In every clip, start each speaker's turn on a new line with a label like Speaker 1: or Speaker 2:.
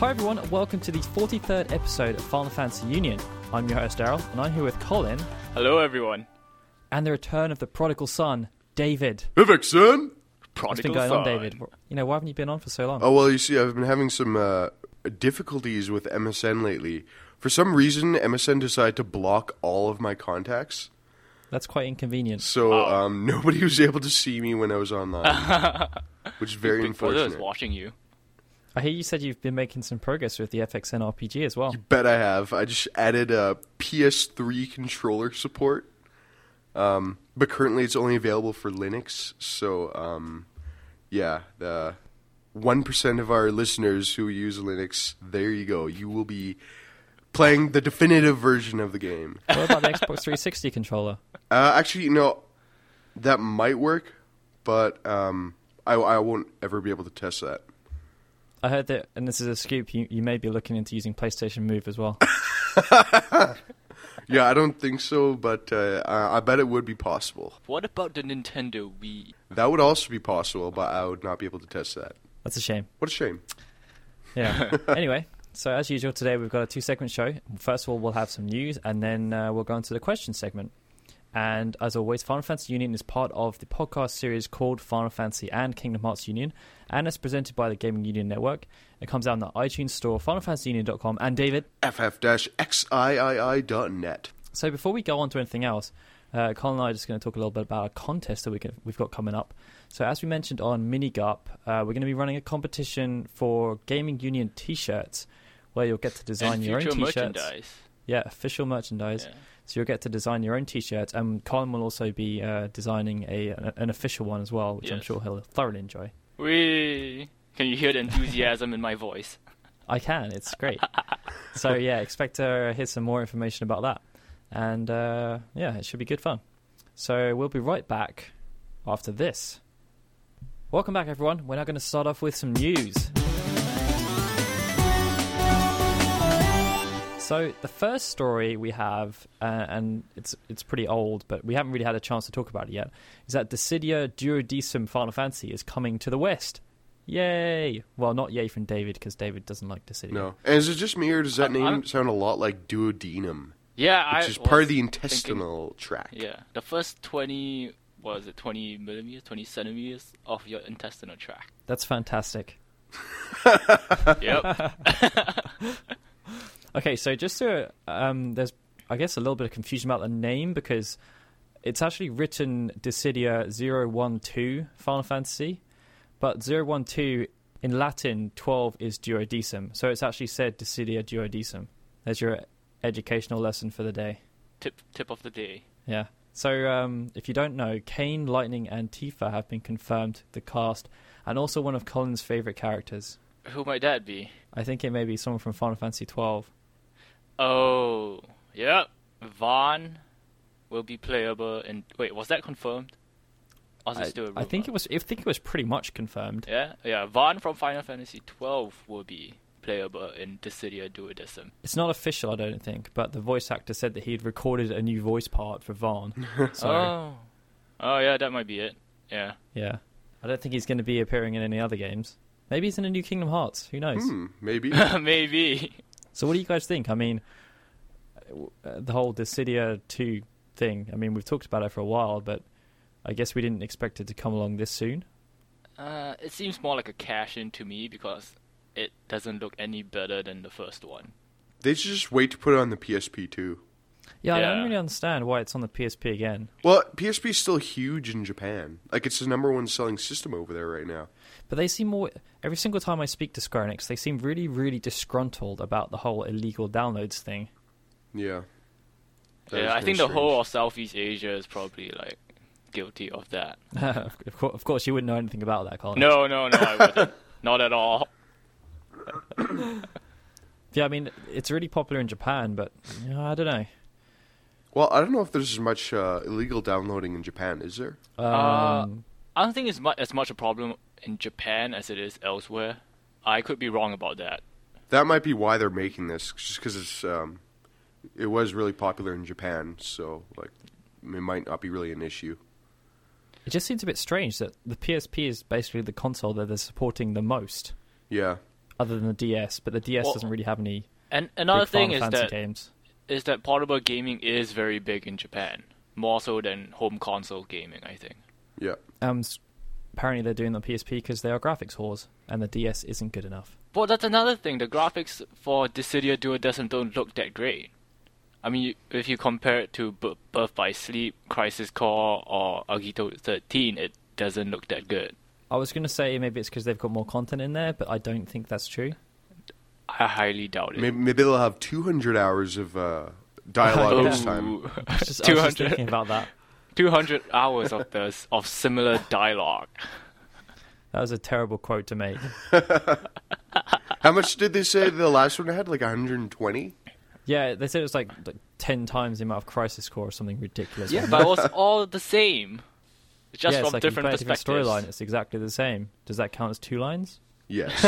Speaker 1: welcome to the 43rd episode of Final Fantasy Union. I'm your host, Daryl, and I'm here with Colin
Speaker 2: Hello, everyone.
Speaker 1: and the return of the prodigal son, David.
Speaker 3: Vivek son.
Speaker 1: What's
Speaker 2: Prodigal
Speaker 1: been going on,
Speaker 2: son.
Speaker 1: David? You know, why haven't you been on for so long?
Speaker 3: Oh well, you see, I've been having some uh, difficulties with MSN lately. For some reason, MSN decided to block all of my contacts,
Speaker 1: That's quite inconvenient.
Speaker 3: so um, nobody was able to see me when I was online, which is very
Speaker 2: Big Brother is
Speaker 3: unfortunate.
Speaker 2: watching you.
Speaker 1: I hear you said you've been making some progress with the FXN RPG as well.
Speaker 3: Bet I have. I just added uh, PS3 controller support, um, but currently it's only available for Linux. So um, yeah, the one percent of our listeners who use Linux, there you go. You will be playing the definitive version of the game.
Speaker 1: What about the Xbox 360 controller?
Speaker 3: Uh, actually, no, that might work, but um, I, I won't ever be able to test that.
Speaker 1: I heard that, and this is a scoop, you, you may be looking into using PlayStation Move as well.
Speaker 3: Yeah, I don't think so, but uh, I I bet it would be possible.
Speaker 2: What about the Nintendo Wii?
Speaker 3: That would also be possible, but I would not be able to test that.
Speaker 1: That's a shame.
Speaker 3: What a shame.
Speaker 1: Yeah. anyway, so as usual today we've got a two-segment show. First of all, we'll have some news, and then uh, we'll go into the question segment. And as always, Final Fantasy Union is part of the podcast series called Final Fantasy and Kingdom Hearts Union, and it's presented by the Gaming Union Network. It comes out on the iTunes Store, FinalFantasyUnion.com, and David.
Speaker 3: ff-xiii.net.
Speaker 1: So before we go on to anything else, uh, Colin and I are just going to talk a little bit about a contest that we can, we've got coming up. So as we mentioned on MiniGup, uh, we're going to be running a competition for Gaming Union T-shirts, where you'll get to design
Speaker 2: and
Speaker 1: your own
Speaker 2: future
Speaker 1: T-shirts.
Speaker 2: merchandise.
Speaker 1: Yeah, official merchandise.
Speaker 2: Yeah.
Speaker 1: So you'll get to design your own T-shirt, and Colin will also be uh, designing a an official one as well, which I'm
Speaker 2: Yes.
Speaker 1: sure he'll thoroughly enjoy.
Speaker 2: Whee! Can you hear the enthusiasm in my voice?
Speaker 1: I can. It's great. so yeah, expect to hear some more information about that, and uh, yeah, it should be good fun. So we'll be right back after this. Welcome back, everyone. We're now going to start off with some news. So the first story we have, uh, and it's it's pretty old, but we haven't really had a chance to talk about it yet, is that Dissidia Duodecim Final Fantasy is coming to the West. Yay! Well, not yay from David because David doesn't like Dissidia.
Speaker 3: No. And is it just me, or does that
Speaker 2: I'm-
Speaker 3: name
Speaker 2: I'm-
Speaker 3: sound a lot like duodenum,
Speaker 2: Yeah,
Speaker 3: which
Speaker 2: I
Speaker 3: is part
Speaker 2: was
Speaker 3: of the
Speaker 2: thinking-
Speaker 3: intestinal tract?
Speaker 2: yeah, the first twenty what is it twenty millimeters, twenty centimeters of your intestinal tract.
Speaker 1: That's fantastic.
Speaker 2: Yep.
Speaker 1: Okay, so just to um, there's I guess a little bit of confusion about the name because it's actually written Dissidia 012 Final Fantasy, but 012 in Latin 12 is duodecim, so it's actually said Dissidia duodecim. There's your educational lesson for the day.
Speaker 2: tip tip of the day.
Speaker 1: Yeah. So um, if you don't know, Kane, Lightning, and Tifa have been confirmed the cast, and also one of Colin's favorite characters.
Speaker 2: Who might that be?
Speaker 1: I think it may be someone from Final Fantasy 12.
Speaker 2: Oh, yep. Vaughn will be playable. And wait, was that confirmed? Or is it
Speaker 1: I,
Speaker 2: still a
Speaker 1: I think it
Speaker 2: rumor?
Speaker 1: was. I think it was pretty much confirmed.
Speaker 2: Yeah, yeah. Vaughn from Final Fantasy twelve will be playable in Dissidia Duodecim.
Speaker 1: It's not official, I don't think, but the voice actor said that he had recorded a new voice part for Vaughn. so
Speaker 2: Oh, oh yeah, that might be it. Yeah,
Speaker 1: yeah, I don't think he's going to be appearing in any other games. Maybe he's in a new Kingdom Hearts. Who knows?
Speaker 3: Hmm, maybe.
Speaker 2: maybe.
Speaker 1: So, what do you guys think? I mean, uh, the whole Dissidia two thing. I mean, we've talked about it for a while, but I guess we didn't expect it to come along this soon.
Speaker 2: Uh, it seems more like a cash in to me because it doesn't look any better than the first one.
Speaker 3: they should just wait to put it on the PSP too.
Speaker 1: Yeah, I don't
Speaker 2: Yeah.
Speaker 1: really understand why it's on the PSP again.
Speaker 3: Well, PSP is still huge in Japan. Like it's the number one selling system over there right now.
Speaker 1: But they seem more. Every single time I speak to Square Enix, they seem really, really disgruntled about the whole illegal downloads thing.
Speaker 3: Yeah. That is
Speaker 2: yeah, I
Speaker 3: kinda
Speaker 2: think the
Speaker 3: strange.
Speaker 2: whole of Southeast Asia is probably like guilty of that.
Speaker 1: of, cour- of course, you wouldn't know anything about that, Colin.
Speaker 2: No, no, no, I wouldn't. Not at all.
Speaker 1: Yeah, I mean, it's really popular in Japan, but you know, I don't know.
Speaker 3: Well, I don't know if there's as much uh, illegal downloading in Japan, is there?
Speaker 1: Um,
Speaker 2: Uh, I don't think it's mu- as much a problem in Japan as it is elsewhere. I could be wrong about that.
Speaker 3: That might be why they're making this, just because it's um, it was really popular in Japan, so like it might not be really an issue.
Speaker 1: it just seems a bit strange that the PSP is basically the console that they're supporting the most.
Speaker 3: Yeah,
Speaker 1: other than the DS, but the DS
Speaker 2: Well,
Speaker 1: doesn't really have any
Speaker 2: And another
Speaker 1: big
Speaker 2: thing
Speaker 1: Final
Speaker 2: is
Speaker 1: Fantasy
Speaker 2: that
Speaker 1: games.
Speaker 2: is that portable gaming is very big in Japan, more so than home console gaming. I think.
Speaker 3: Yeah.
Speaker 1: Um, s- apparently they're doing the PSP because they are graphics whores, and the DS isn't good enough.
Speaker 2: Well, that's another thing. The graphics for Dissidia Duodecim don't look that great. I mean, you, if you compare it to B- Birth by Sleep, Crisis Core, or Agito 13, it doesn't look that good.
Speaker 1: I was gonna say maybe it's because they've got more content in there, but I don't think that's true.
Speaker 2: I highly doubt it.
Speaker 3: Maybe, maybe they'll have 200 hours of uh,
Speaker 2: Oh.
Speaker 3: dialogue
Speaker 1: Oh.
Speaker 3: this time.
Speaker 2: Ooh.
Speaker 1: I was just, I was just
Speaker 2: 200,
Speaker 1: thinking about that.
Speaker 2: 200 hours of this of similar dialogue.
Speaker 1: That was a terrible quote to make.
Speaker 3: How much did they say the last one had? Like 120?
Speaker 1: Yeah, they said it was like, like ten times the amount of Crisis Core or something ridiculous.
Speaker 2: Yeah, but it was all the same, just
Speaker 1: yeah,
Speaker 2: from
Speaker 1: it's like you
Speaker 2: different
Speaker 1: play a
Speaker 2: perspectives.
Speaker 1: storyline, it's exactly the same. Does that count as two lines?
Speaker 3: Yes.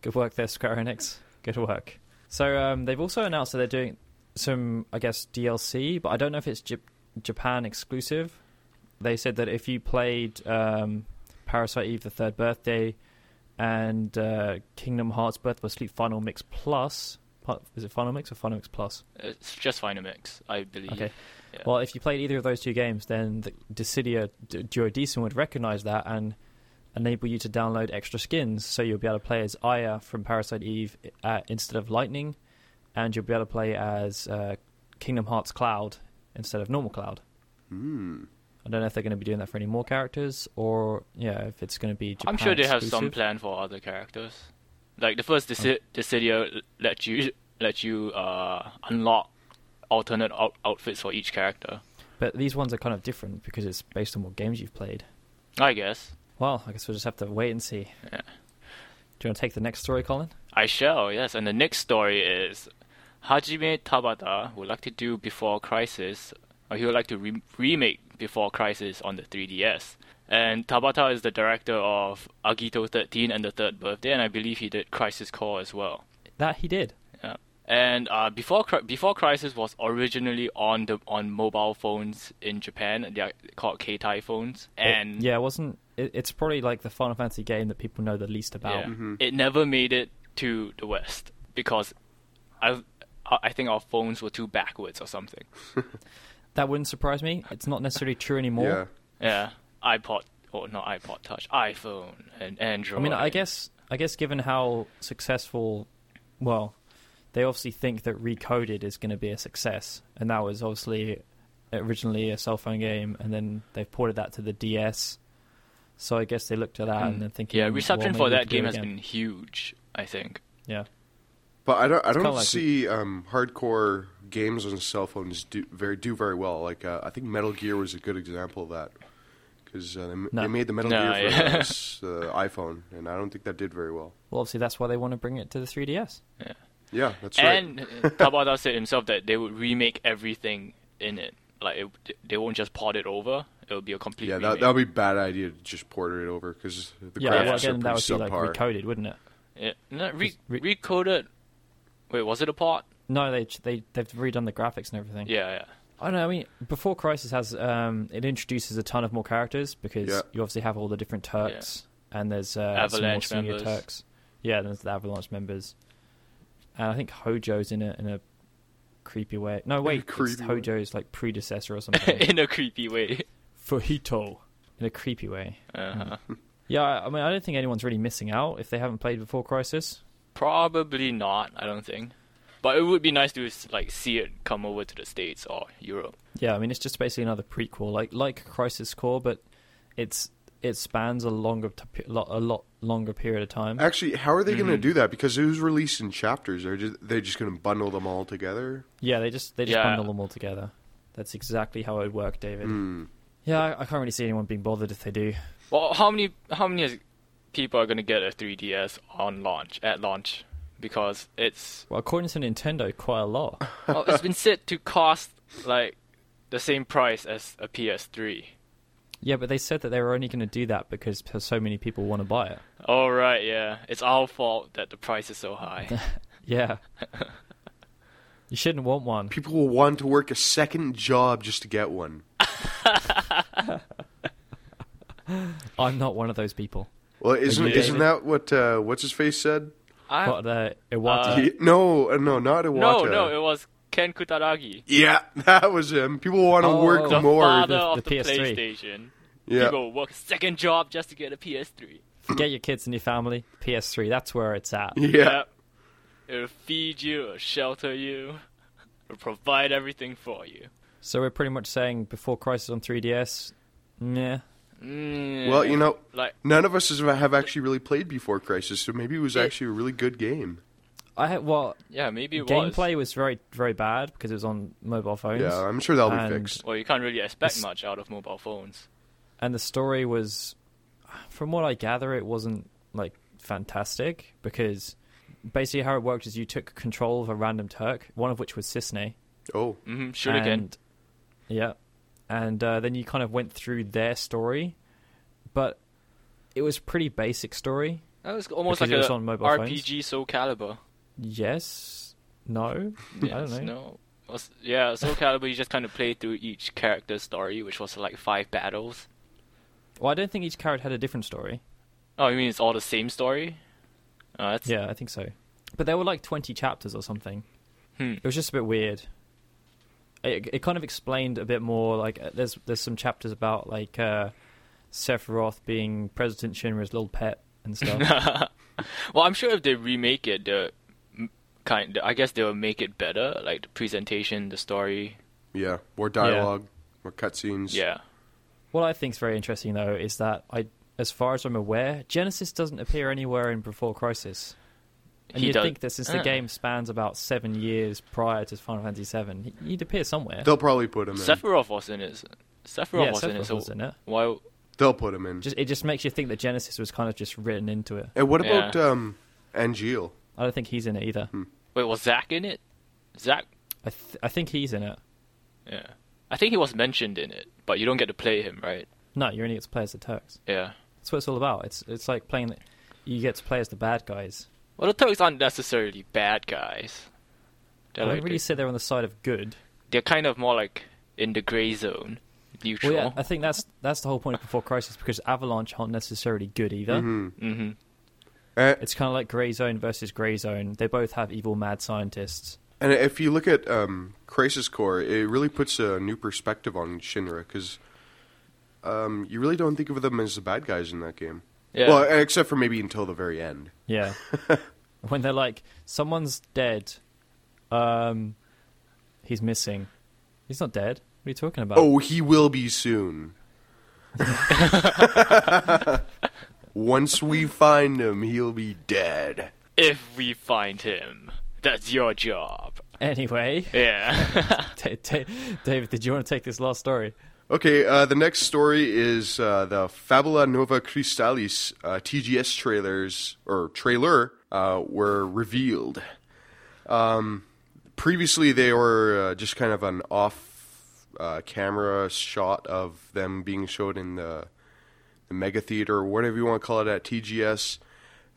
Speaker 1: Good work there, Square Enix. Good work. So um, they've also announced that they're doing some, I guess, DLC, but I don't know if it's Jap- Japan exclusive. They said that if you played um, Parasite Eve: The Third Birthday and uh, Kingdom Hearts: Birth by Sleep Final Mix Plus, Pa- is it Final Mix or Final Mix Plus?
Speaker 2: It's just Final Mix, I believe.
Speaker 1: Okay.
Speaker 2: Yeah.
Speaker 1: Well, if you played either of those two games, then the Dissidia D- Duodecim would recognize that and enable you to download extra skins. So you'll be able to play as Aya from Parasite Eve uh, instead of Lightning, and you'll be able to play as uh, Kingdom Hearts Cloud instead of normal Cloud.
Speaker 3: Hmm.
Speaker 1: I don't know if they're going to be doing that for any more characters, or yeah, if it's going to be. Japan
Speaker 2: I'm sure they have some
Speaker 1: exclusive. Oh.
Speaker 2: plan for other characters. Like the first Desi- Dissidia let you let you uh, unlock alternate out- outfits for each character.
Speaker 1: But these ones are kind of different because it's based on what games you've played.
Speaker 2: I guess
Speaker 1: Well, I guess we'll just have to wait and see.
Speaker 2: Yeah.
Speaker 1: Do you want to take the next story, Colin?
Speaker 2: I shall. Yes, and the next story is Hajime Tabata would like to do Before Crisis, or he would like to re- remake Before Crisis on the 3DS. And Tabata is the director of Agito 13 and the Third Birthday, and I believe he did Crisis Core as well.
Speaker 1: That he did.
Speaker 2: Yeah. And uh, before Cri- before Crisis was originally on the on mobile phones in Japan. They are called Keitai phones, and
Speaker 1: Oh, yeah, it wasn't. It, it's probably like the Final Fantasy game that people know the least about.
Speaker 2: yeah. it never made it to the West because I I I think our phones were too backwards or something.
Speaker 1: That wouldn't surprise me. It's not necessarily true anymore.
Speaker 2: Yeah,
Speaker 3: Yeah.
Speaker 2: iPod or not iPod Touch, iPhone and Android.
Speaker 1: I mean, I guess, I guess, given how successful, well, they obviously think that Recoded is going to be a success, and that was obviously originally a cell phone game, and then they've ported that to the DS. So I guess they looked at that and then thinking,
Speaker 2: Mm. yeah,
Speaker 1: well,
Speaker 2: reception
Speaker 1: maybe
Speaker 2: for
Speaker 1: we
Speaker 2: that
Speaker 1: could do
Speaker 2: game
Speaker 1: it
Speaker 2: has
Speaker 1: again.
Speaker 2: been huge. I think.
Speaker 1: yeah.
Speaker 3: But I don't. I
Speaker 1: kinda
Speaker 3: don't
Speaker 1: like-
Speaker 3: see um, hardcore games on cell phones do very do very well. Like uh, I think Metal Gear was a good example of that because uh, they, m
Speaker 1: No.
Speaker 3: they made the Metal
Speaker 2: No,
Speaker 3: Gear for
Speaker 2: yeah.
Speaker 3: the s- uh, iPhone, and I don't think that did very well.
Speaker 1: Well, obviously that's why they want to bring it to the 3DS.
Speaker 3: Yeah, that's right.
Speaker 2: and Tabata said himself that they would remake everything in it. Like it, they won't just port it over. It'll be a complete.
Speaker 3: Yeah, that
Speaker 2: remake.
Speaker 3: that would be a bad idea to just port it over because the
Speaker 1: yeah, well,
Speaker 3: graphics
Speaker 1: again, that would be
Speaker 3: are pretty
Speaker 1: like
Speaker 3: subpar.
Speaker 1: recoded, wouldn't it?
Speaker 2: Yeah, no, re-
Speaker 1: Just re-
Speaker 2: recoded. Wait, was it a port?
Speaker 1: No, they they they've redone the graphics and everything.
Speaker 2: Yeah, yeah.
Speaker 1: I don't know. I mean, before Crisis has um, it introduces a ton of more characters because
Speaker 3: Yeah.
Speaker 1: you obviously have all the different Turks and there's uh,
Speaker 2: Avalanche
Speaker 1: some more senior
Speaker 2: members.
Speaker 1: Turks. Yeah, there's the Avalanche members, and I think Hojo's in a in a creepy way. No, wait, it's
Speaker 3: creepy way.
Speaker 1: Hojo's like predecessor or something.
Speaker 2: In a creepy way.
Speaker 1: Fujito in a creepy way.
Speaker 2: Uh-huh.
Speaker 1: Yeah, I I mean, I don't think anyone's really missing out if they haven't played before Crisis.
Speaker 2: Probably not. I don't think. But it would be nice to like see it come over to the states or Europe.
Speaker 1: Yeah, I mean it's just basically another prequel, like like Crisis Core, but it's it spans a longer t- lot a lot longer period of time.
Speaker 2: Uh,
Speaker 3: Actually, how are they going
Speaker 2: Mm-hmm.
Speaker 3: to do that? Because it was released in chapters. Are just, they just going to bundle them all together?
Speaker 1: Yeah, they just they just
Speaker 2: Yeah.
Speaker 1: bundle them all together. That's exactly how it would work, David.
Speaker 2: Hmm.
Speaker 1: Yeah, I, I can't really see anyone being bothered if they do.
Speaker 2: Well, how many how many is- people are gonna get a 3DS on launch at launch? Because it's
Speaker 1: Well, according to Nintendo, quite a lot.
Speaker 2: well, Oh, it's been said to cost like the same price as a PS3.
Speaker 1: Yeah, but they said that they were only going to do that because p- so many people want to buy it.
Speaker 2: All right, yeah. It's our fault that the price is so high.
Speaker 1: Yeah. you shouldn't want one.
Speaker 3: People will want to work a second job just to get one.
Speaker 1: I'm not one of those people.
Speaker 3: Well, isn't
Speaker 1: Agreed.
Speaker 3: isn't that what uh, what's his face said?
Speaker 2: I,
Speaker 1: But uh, Iwata.
Speaker 3: Ye- no, uh, no, not Iwata.
Speaker 2: no, no, it was Ken Kutaragi,
Speaker 3: Yeah, that was him. People want to
Speaker 1: Oh,
Speaker 3: work
Speaker 2: the
Speaker 3: more.
Speaker 2: father
Speaker 1: The-
Speaker 2: of
Speaker 1: the
Speaker 2: the,
Speaker 1: PS3.
Speaker 2: PlayStation.
Speaker 3: yeah,
Speaker 2: People work a second job just to get a PS3.
Speaker 1: Get your kids and your family. PS3. That's where it's at.
Speaker 3: yeah,
Speaker 2: It'll feed you, it'll shelter you, it'll provide everything for you.
Speaker 1: So we're pretty much saying before Crisis on 3DS. Yeah.
Speaker 2: Mm,
Speaker 3: Well, you know,
Speaker 2: like
Speaker 3: none of us has- have actually really played before Crisis, so maybe it was
Speaker 2: It-
Speaker 3: actually a really good game.
Speaker 1: I had, well,
Speaker 2: yeah, maybe it
Speaker 1: gameplay was. very very bad because it was on mobile phones.
Speaker 3: Yeah, I'm sure that'll
Speaker 1: And-
Speaker 3: be fixed.
Speaker 2: was. Well, you can't really expect
Speaker 1: It's-
Speaker 2: much out of mobile phones.
Speaker 1: And the story was from what I gather it wasn't like fantastic because basically how it worked is you took control of a random Turk, one of which was Cisne.
Speaker 3: Oh,
Speaker 2: Mm-hmm, shoot again.
Speaker 1: and- Yeah. And uh, then you kind of went through their story, but it was pretty basic story.
Speaker 2: That was almost
Speaker 1: because
Speaker 2: like
Speaker 1: it was
Speaker 2: a
Speaker 1: on mobile phones.
Speaker 2: RPG Soul Calibur.
Speaker 1: Yes. No. I don't
Speaker 2: Yes,
Speaker 1: know.
Speaker 2: No. Was- Yeah, Soul Calibur, you just kind of played through each character's story, which was like five battles.
Speaker 1: Well, I don't think each character had a different story.
Speaker 2: Oh, you mean it's all the same story? Uh, that's,
Speaker 1: Yeah, I think so. But there were like 20 chapters or something.
Speaker 2: Hmm.
Speaker 1: It was just a bit weird. It, it kind of explained a bit more. Like, uh, there's there's some chapters about like uh, Sephiroth being President Shinra's little pet and stuff.
Speaker 2: well, I'm sure if they remake it, the kind, I guess they'll make it better, like the presentation, the story.
Speaker 3: yeah, more dialogue, more cutscenes.
Speaker 2: Yeah.
Speaker 1: what I think's very interesting though is that I, as far as I'm aware, Genesis doesn't appear anywhere in Before Crisis. And
Speaker 2: He
Speaker 1: you'd
Speaker 2: does-
Speaker 1: think that since the
Speaker 2: Ah.
Speaker 1: game spans about seven years prior to Final Fantasy VII, he- he'd appear somewhere.
Speaker 3: they'll probably put him in.
Speaker 2: Sephiroth was in it. Sephiroth
Speaker 1: yeah,
Speaker 2: was in it.
Speaker 1: Sephiroth
Speaker 2: So
Speaker 1: was in it.
Speaker 2: why?
Speaker 3: They'll put him in.
Speaker 1: Just, it just makes you think that Genesis was kind of just written into it.
Speaker 3: and what about
Speaker 2: Yeah.
Speaker 3: um, Angeal?
Speaker 1: I don't think he's in it either.
Speaker 2: Wait, was Zack in it? Zack.
Speaker 1: I, th- I think he's in it.
Speaker 2: Yeah. I think he was mentioned in it, but you don't get to play him, right?
Speaker 1: No, you only get to play as the Turks.
Speaker 2: Yeah.
Speaker 1: That's what it's all about. It's it's like playing. The, you get to play as the bad guys.
Speaker 2: Well, the Turks aren't necessarily bad guys. They're
Speaker 1: I
Speaker 2: like
Speaker 1: wouldn't really say they're on the side of good.
Speaker 2: they're kind of more like in the gray zone, neutral.
Speaker 1: Well, yeah, uh, I think that's that's the whole point of Before Crisis because Avalanche aren't necessarily good either.
Speaker 2: hmm
Speaker 3: Uh,
Speaker 1: It's kind of like Grey Zone versus Grey Zone. They both have evil mad scientists.
Speaker 3: And if you look at um, Crisis Core, it really puts a new perspective on Shinra because um, you really don't think of them as the bad guys in that game.
Speaker 2: Yeah.
Speaker 3: Well, except for maybe until the very end.
Speaker 1: Yeah, when they're like, someone's dead. Um, he's missing. He's not dead. What are you talking about?
Speaker 3: Oh, he will be soon. Once we find him, he'll be dead.
Speaker 2: If we find him, that's your job.
Speaker 1: Anyway,
Speaker 2: Yeah.
Speaker 1: Da- Da- David, did you want to take this last story?
Speaker 3: Okay, uh, the next story is uh, the Fabula Nova Crystallis uh, TGS trailers or trailer uh, were revealed. Um, previously, they were uh, just kind of an off uh, camera shot of them being showed in the, the mega theater or whatever you want to call it at TGS.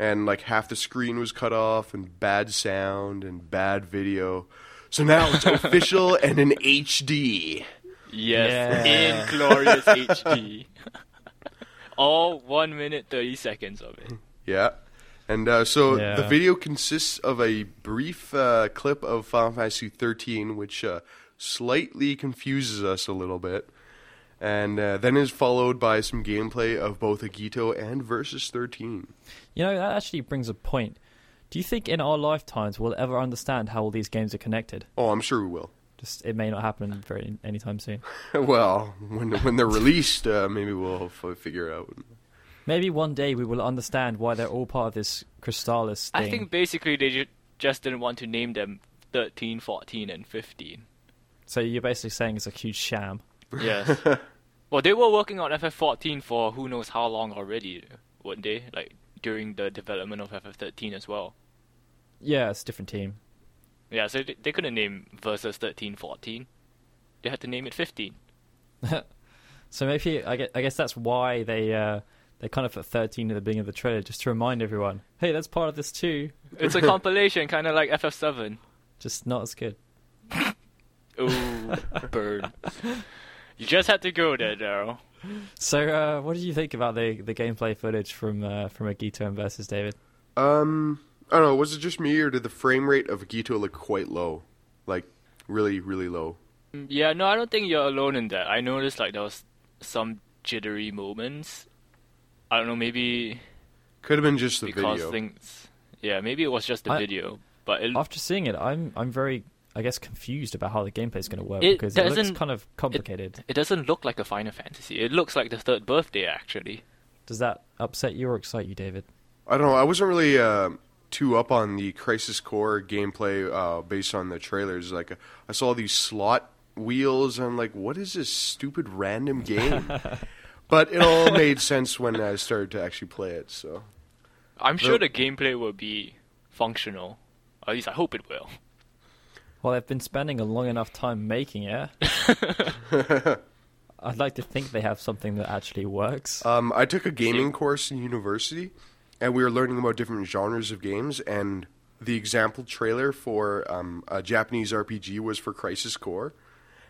Speaker 3: And like half the screen was cut off, and bad sound and bad video. So now it's official and in HD.
Speaker 2: Yes,
Speaker 1: Yeah.
Speaker 2: Inglorious HD. All one minute thirty seconds of it.
Speaker 3: Yeah. And uh, so
Speaker 1: Yeah.
Speaker 3: the video consists of a brief uh, clip of Final Fantasy 13, which uh, slightly confuses us a little bit, and uh, then is followed by some gameplay of both Agito and Versus 13.
Speaker 1: You know, that actually brings a point. Do you think in our lifetimes we'll ever understand how all these games are connected?
Speaker 3: Oh, I'm sure we will.
Speaker 1: Just it may not happen very anytime soon.
Speaker 3: well, when when they're released, uh, maybe we'll f- figure out.
Speaker 1: Maybe one day we will understand why they're all part of this Crystallis thing.
Speaker 2: I think basically they ju- just didn't want to name them 13, 14, and 15.
Speaker 1: So you're basically saying it's a huge sham.
Speaker 2: Yes. well, they were working on FF14 for who knows how long already, weren't they? Like during the development of FF13 as well.
Speaker 1: Yeah, it's a different team.
Speaker 2: Yeah, so they, they couldn't name versus 13, 14. They had to name it 15.
Speaker 1: So maybe I guess, I guess that's why they uh, they kind of put 13 at the beginning of the trailer just to remind everyone, hey, that's part of this too,
Speaker 2: It's a compilation, kind of like FF7.
Speaker 1: just not as good.
Speaker 2: Ooh, burn. You just had to go there, Daryl.
Speaker 1: So uh, what did you think about the the gameplay footage from uh, from Agito and versus David?
Speaker 3: Um, I don't know. Was it just me, or did the frame rate of Gito look quite low, like really, really low?
Speaker 2: Yeah, no, I don't think you're alone in that. I noticed like there was some jittery moments. I don't know, maybe
Speaker 3: Could have been just the
Speaker 2: because
Speaker 3: video.
Speaker 2: things. Yeah, maybe it was just the
Speaker 1: I-
Speaker 2: video, but it,
Speaker 1: After seeing it, I'm I'm very I guess confused about how the gameplay is going to work
Speaker 2: It
Speaker 1: because it looks
Speaker 2: doesn't-
Speaker 1: kind of complicated.
Speaker 2: it doesn't look like a Final Fantasy. It looks like the third birthday actually.
Speaker 1: Does that upset you or excite you, David?
Speaker 3: I don't know. I wasn't really uh, too up on the Crisis Core gameplay uh, based on the trailers. Like, I saw these slot wheels, and I'm like, what is this stupid random game? but it all made sense when I started to actually play it. So
Speaker 2: I'm sure
Speaker 3: Nope.
Speaker 2: the gameplay will be functional. At least I hope it will.
Speaker 1: Well, they've been spending a long enough time making it. I'd like to think they have something that actually works.
Speaker 3: um, I took a gaming course in university, and we were learning about different genres of games. And the example trailer for um, a Japanese RPG was for Crisis Core.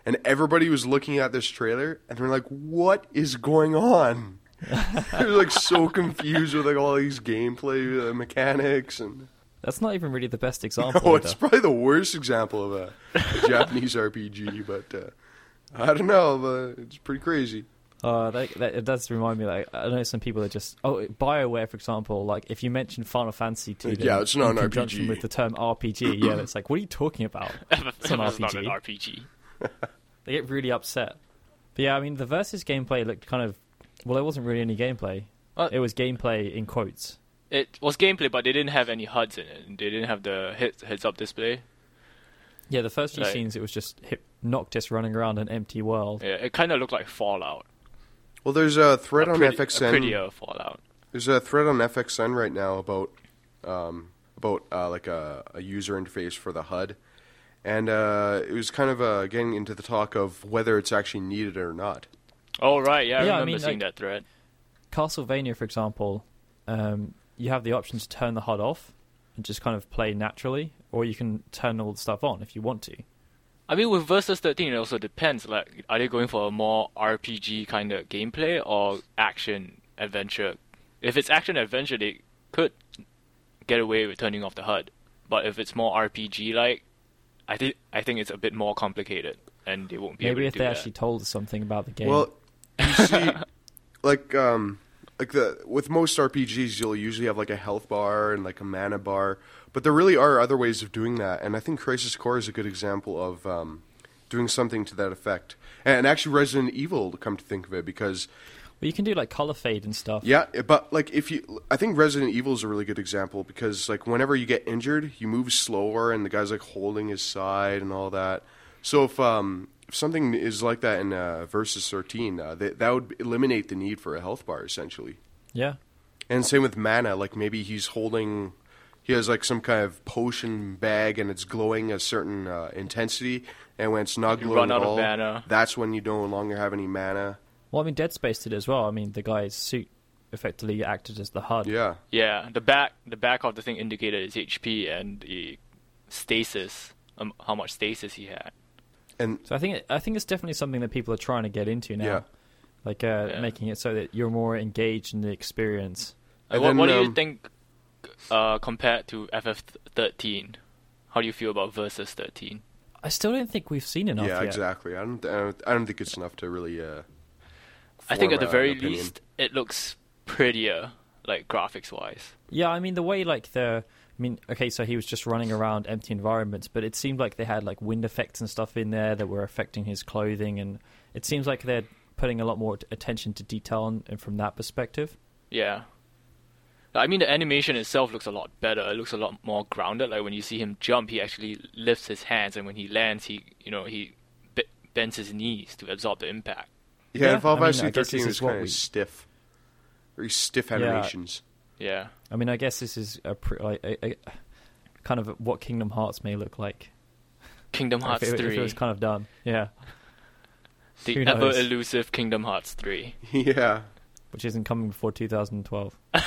Speaker 3: And everybody was looking at this trailer, and they're like, "What is going on?" They're like so confused with like all these gameplay uh, mechanics, and
Speaker 1: That's not even really the best example.
Speaker 3: oh, it's
Speaker 1: either.
Speaker 3: probably the worst example of a, a Japanese RPG. But uh, I don't know, but it's pretty crazy.
Speaker 1: Uh, that, that, it does remind me. Like I know some people that just oh Bioware, for example. Like if you mention Final Fantasy two,
Speaker 3: Yeah,
Speaker 1: then
Speaker 3: it's not
Speaker 1: in
Speaker 3: an
Speaker 1: conjunction
Speaker 3: RPG.
Speaker 1: with the term RPG. Yeah, it's like what are you talking about? It's an
Speaker 2: It's not an
Speaker 1: RPG.
Speaker 2: RPG.
Speaker 1: They get really upset. But yeah, I mean the versus gameplay looked kind of well. There wasn't really any gameplay.
Speaker 2: Well-
Speaker 1: it was gameplay in quotes.
Speaker 2: It was gameplay, but they didn't have any HUDs in it. They didn't have the heads, heads up display.
Speaker 1: Yeah, the first few
Speaker 2: Right.
Speaker 1: scenes it was just hip, Noctis running around an empty world.
Speaker 2: Yeah, it kind of looked like Fallout.
Speaker 3: Well, there's a
Speaker 2: A
Speaker 3: thread on
Speaker 2: pretty- a
Speaker 3: FXN.
Speaker 2: prettier Fallout.
Speaker 3: There's a thread on FXN right now about um, about uh, like a, a user interface for the HUD, and uh, it was kind of uh, getting into the talk of whether it's actually needed or not.
Speaker 2: Oh right, yeah, I
Speaker 1: Yeah, I
Speaker 2: remember
Speaker 1: mean,
Speaker 2: seeing
Speaker 1: like-
Speaker 2: that thread.
Speaker 1: Castlevania, for example, um, you have the option to turn the HUD off and just kind of play naturally, or you can turn all the stuff on if you want to.
Speaker 2: I mean, with Versus 13, it also depends. Like, are they going for a more RPG kind of gameplay or action adventure? If it's action adventure, they could get away with turning off the HUD. But if it's more RPG like, I think I think it's a bit more complicated, and they won't be
Speaker 1: Maybe
Speaker 2: able
Speaker 1: if
Speaker 2: to
Speaker 1: they
Speaker 2: do that.
Speaker 1: actually told us something about the game.
Speaker 3: Well, you see, like um, like the with most RPGs, you'll usually have like a health bar and like a mana bar, but there really are other ways of doing that, and I think Crisis Core is a good example of um, doing something to that effect. And actually, Resident Evil, come to think of it, because
Speaker 1: But you can do like color fade and stuff.
Speaker 3: Yeah, eh, but like if you, I think Resident Evil is a really good example because like whenever you get injured, you move slower, and the guy's like holding his side and all that. So if um if something is like that in uh, versus thirteen, uh, that that would eliminate the need for a health bar essentially.
Speaker 1: Yeah.
Speaker 3: And same with mana, like maybe he's holding, he has like some kind of potion bag, and it's glowing a certain uh, intensity, and when it's not
Speaker 2: You
Speaker 3: glowing
Speaker 2: run
Speaker 3: at
Speaker 2: out of
Speaker 3: all,
Speaker 2: mana.
Speaker 3: that's when you no longer have any mana.
Speaker 1: Well, I mean, Dead Space did it as well. I mean, the guy's suit effectively acted as the HUD.
Speaker 3: Yeah.
Speaker 2: Yeah, the back the back of the thing indicated his HP and the stasis, um, how much stasis he had.
Speaker 3: And
Speaker 1: So I think it, I think it's definitely something that people are trying to get into now.
Speaker 3: Yeah.
Speaker 1: Like uh,
Speaker 2: Yeah.
Speaker 1: making it so that you're more engaged in the experience.
Speaker 2: Uh,
Speaker 3: And
Speaker 2: what,
Speaker 3: then,
Speaker 2: what do you
Speaker 3: um,
Speaker 2: think uh, compared to FF13? How do you feel about Versus 13?
Speaker 1: I still don't think we've seen enough
Speaker 3: yeah,
Speaker 1: yet.
Speaker 3: exactly. I don't, I don't. I don't think it's enough to really. Uh,
Speaker 2: I think at
Speaker 3: form
Speaker 2: the
Speaker 3: a-
Speaker 2: very
Speaker 3: an uh, opinion.
Speaker 2: least, it looks prettier, like graphics wise.
Speaker 1: Yeah, I mean the way like the I mean, okay, so he was just running around empty environments, but it seemed like they had like wind effects and stuff in there that were affecting his clothing, and it seems like they're putting a lot more t- attention to detail and, and from that perspective.
Speaker 2: Yeah. I mean, the animation itself looks a lot better. It looks a lot more grounded. Like when you see him jump, he actually lifts his hands, and when he lands, he you know he be- bends his knees to absorb the impact.
Speaker 3: Yeah,
Speaker 1: Yeah,
Speaker 3: yeah Final
Speaker 1: I mean, I
Speaker 3: Fantasy
Speaker 1: guess this
Speaker 3: thirteen
Speaker 1: is
Speaker 3: was
Speaker 1: what
Speaker 3: kind
Speaker 1: we-
Speaker 3: of stiff, very stiff
Speaker 1: Yeah.
Speaker 3: animations.
Speaker 2: Yeah.
Speaker 1: I mean, I guess this is a, pre- like, a, a kind of what Kingdom Hearts may look like.
Speaker 2: Kingdom Hearts
Speaker 1: if, it, if
Speaker 2: three,
Speaker 1: it was kind of done, yeah, who
Speaker 2: the
Speaker 1: knows?
Speaker 2: ever elusive Kingdom Hearts three.
Speaker 3: Yeah.
Speaker 1: which isn't coming before 2012.
Speaker 3: I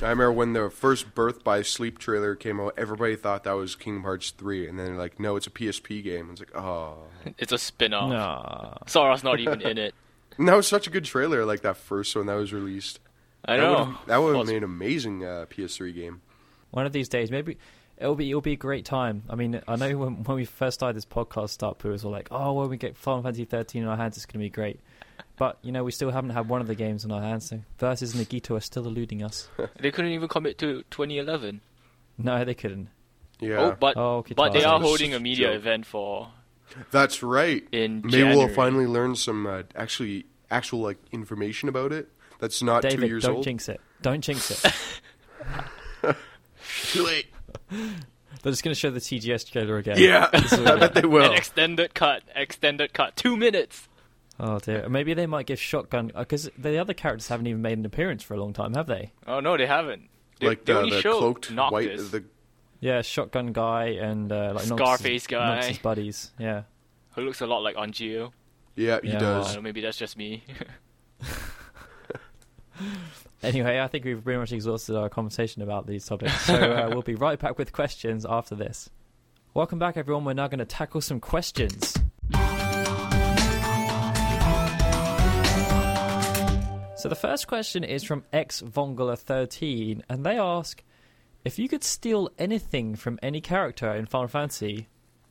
Speaker 3: remember when the first Birth by Sleep trailer came out, everybody thought that was Kingdom Hearts three, and then they're like, "No, it's a PSP game." It's like, oh,
Speaker 2: It's a spin off.
Speaker 1: Nah.
Speaker 2: Sora's not even in it.
Speaker 3: and that was such a good trailer, like that first one that was released.
Speaker 2: I
Speaker 3: That
Speaker 2: know.
Speaker 3: would've- that would have
Speaker 2: Well,
Speaker 3: made an amazing uh, PS3 game.
Speaker 1: One of these days, maybe it'll be it'll be a great time. I mean, I know when when we first started this podcast up, it was all like, oh, when we get Final Fantasy 13 in our hands, it's going to be great. But you know, we still haven't had one of the games in our hands. So versus Nagito are still eluding us.
Speaker 2: They couldn't even commit to 2011.
Speaker 1: No, they couldn't.
Speaker 3: Yeah.
Speaker 2: Oh, but
Speaker 1: Oh,
Speaker 2: but they are
Speaker 1: Kitaro.
Speaker 2: holding a media
Speaker 3: Joke.
Speaker 2: event for
Speaker 3: That's right.
Speaker 2: in
Speaker 3: Maybe
Speaker 2: January.
Speaker 3: we'll finally learn some uh, actually actual like information about it. That's not two
Speaker 1: David,
Speaker 3: years
Speaker 1: don't
Speaker 3: old.
Speaker 1: jinx it. Don't jinx it.
Speaker 3: Too late.
Speaker 1: They're just going to show the TGS trailer again.
Speaker 3: Yeah, I bet they
Speaker 2: an
Speaker 3: will.
Speaker 2: extended cut, extended cut, two minutes.
Speaker 1: Oh dear. Maybe they might give Shotgun because the other characters haven't even made an appearance for a long time, have they?
Speaker 2: Oh no, they haven't. They,
Speaker 3: Like
Speaker 2: they
Speaker 3: the,
Speaker 2: only
Speaker 3: the
Speaker 2: showed
Speaker 3: cloaked
Speaker 2: Noctis.
Speaker 3: white. The
Speaker 1: Yeah, Shotgun guy and uh, like Nox's-
Speaker 2: Scarface guy.
Speaker 1: Nox's buddies. Yeah.
Speaker 2: who looks a lot like Angio.
Speaker 3: yeah, he
Speaker 1: Yeah,
Speaker 2: I don't
Speaker 3: does.
Speaker 2: know, maybe that's just me.
Speaker 1: Anyway, I think we've pretty much exhausted our conversation about these topics, so uh, we'll be right back with questions after this. Welcome back, everyone. We're now going to tackle some questions. So the first question is from X Vongola 13, and they ask, if you could steal anything from any character in Final Fantasy,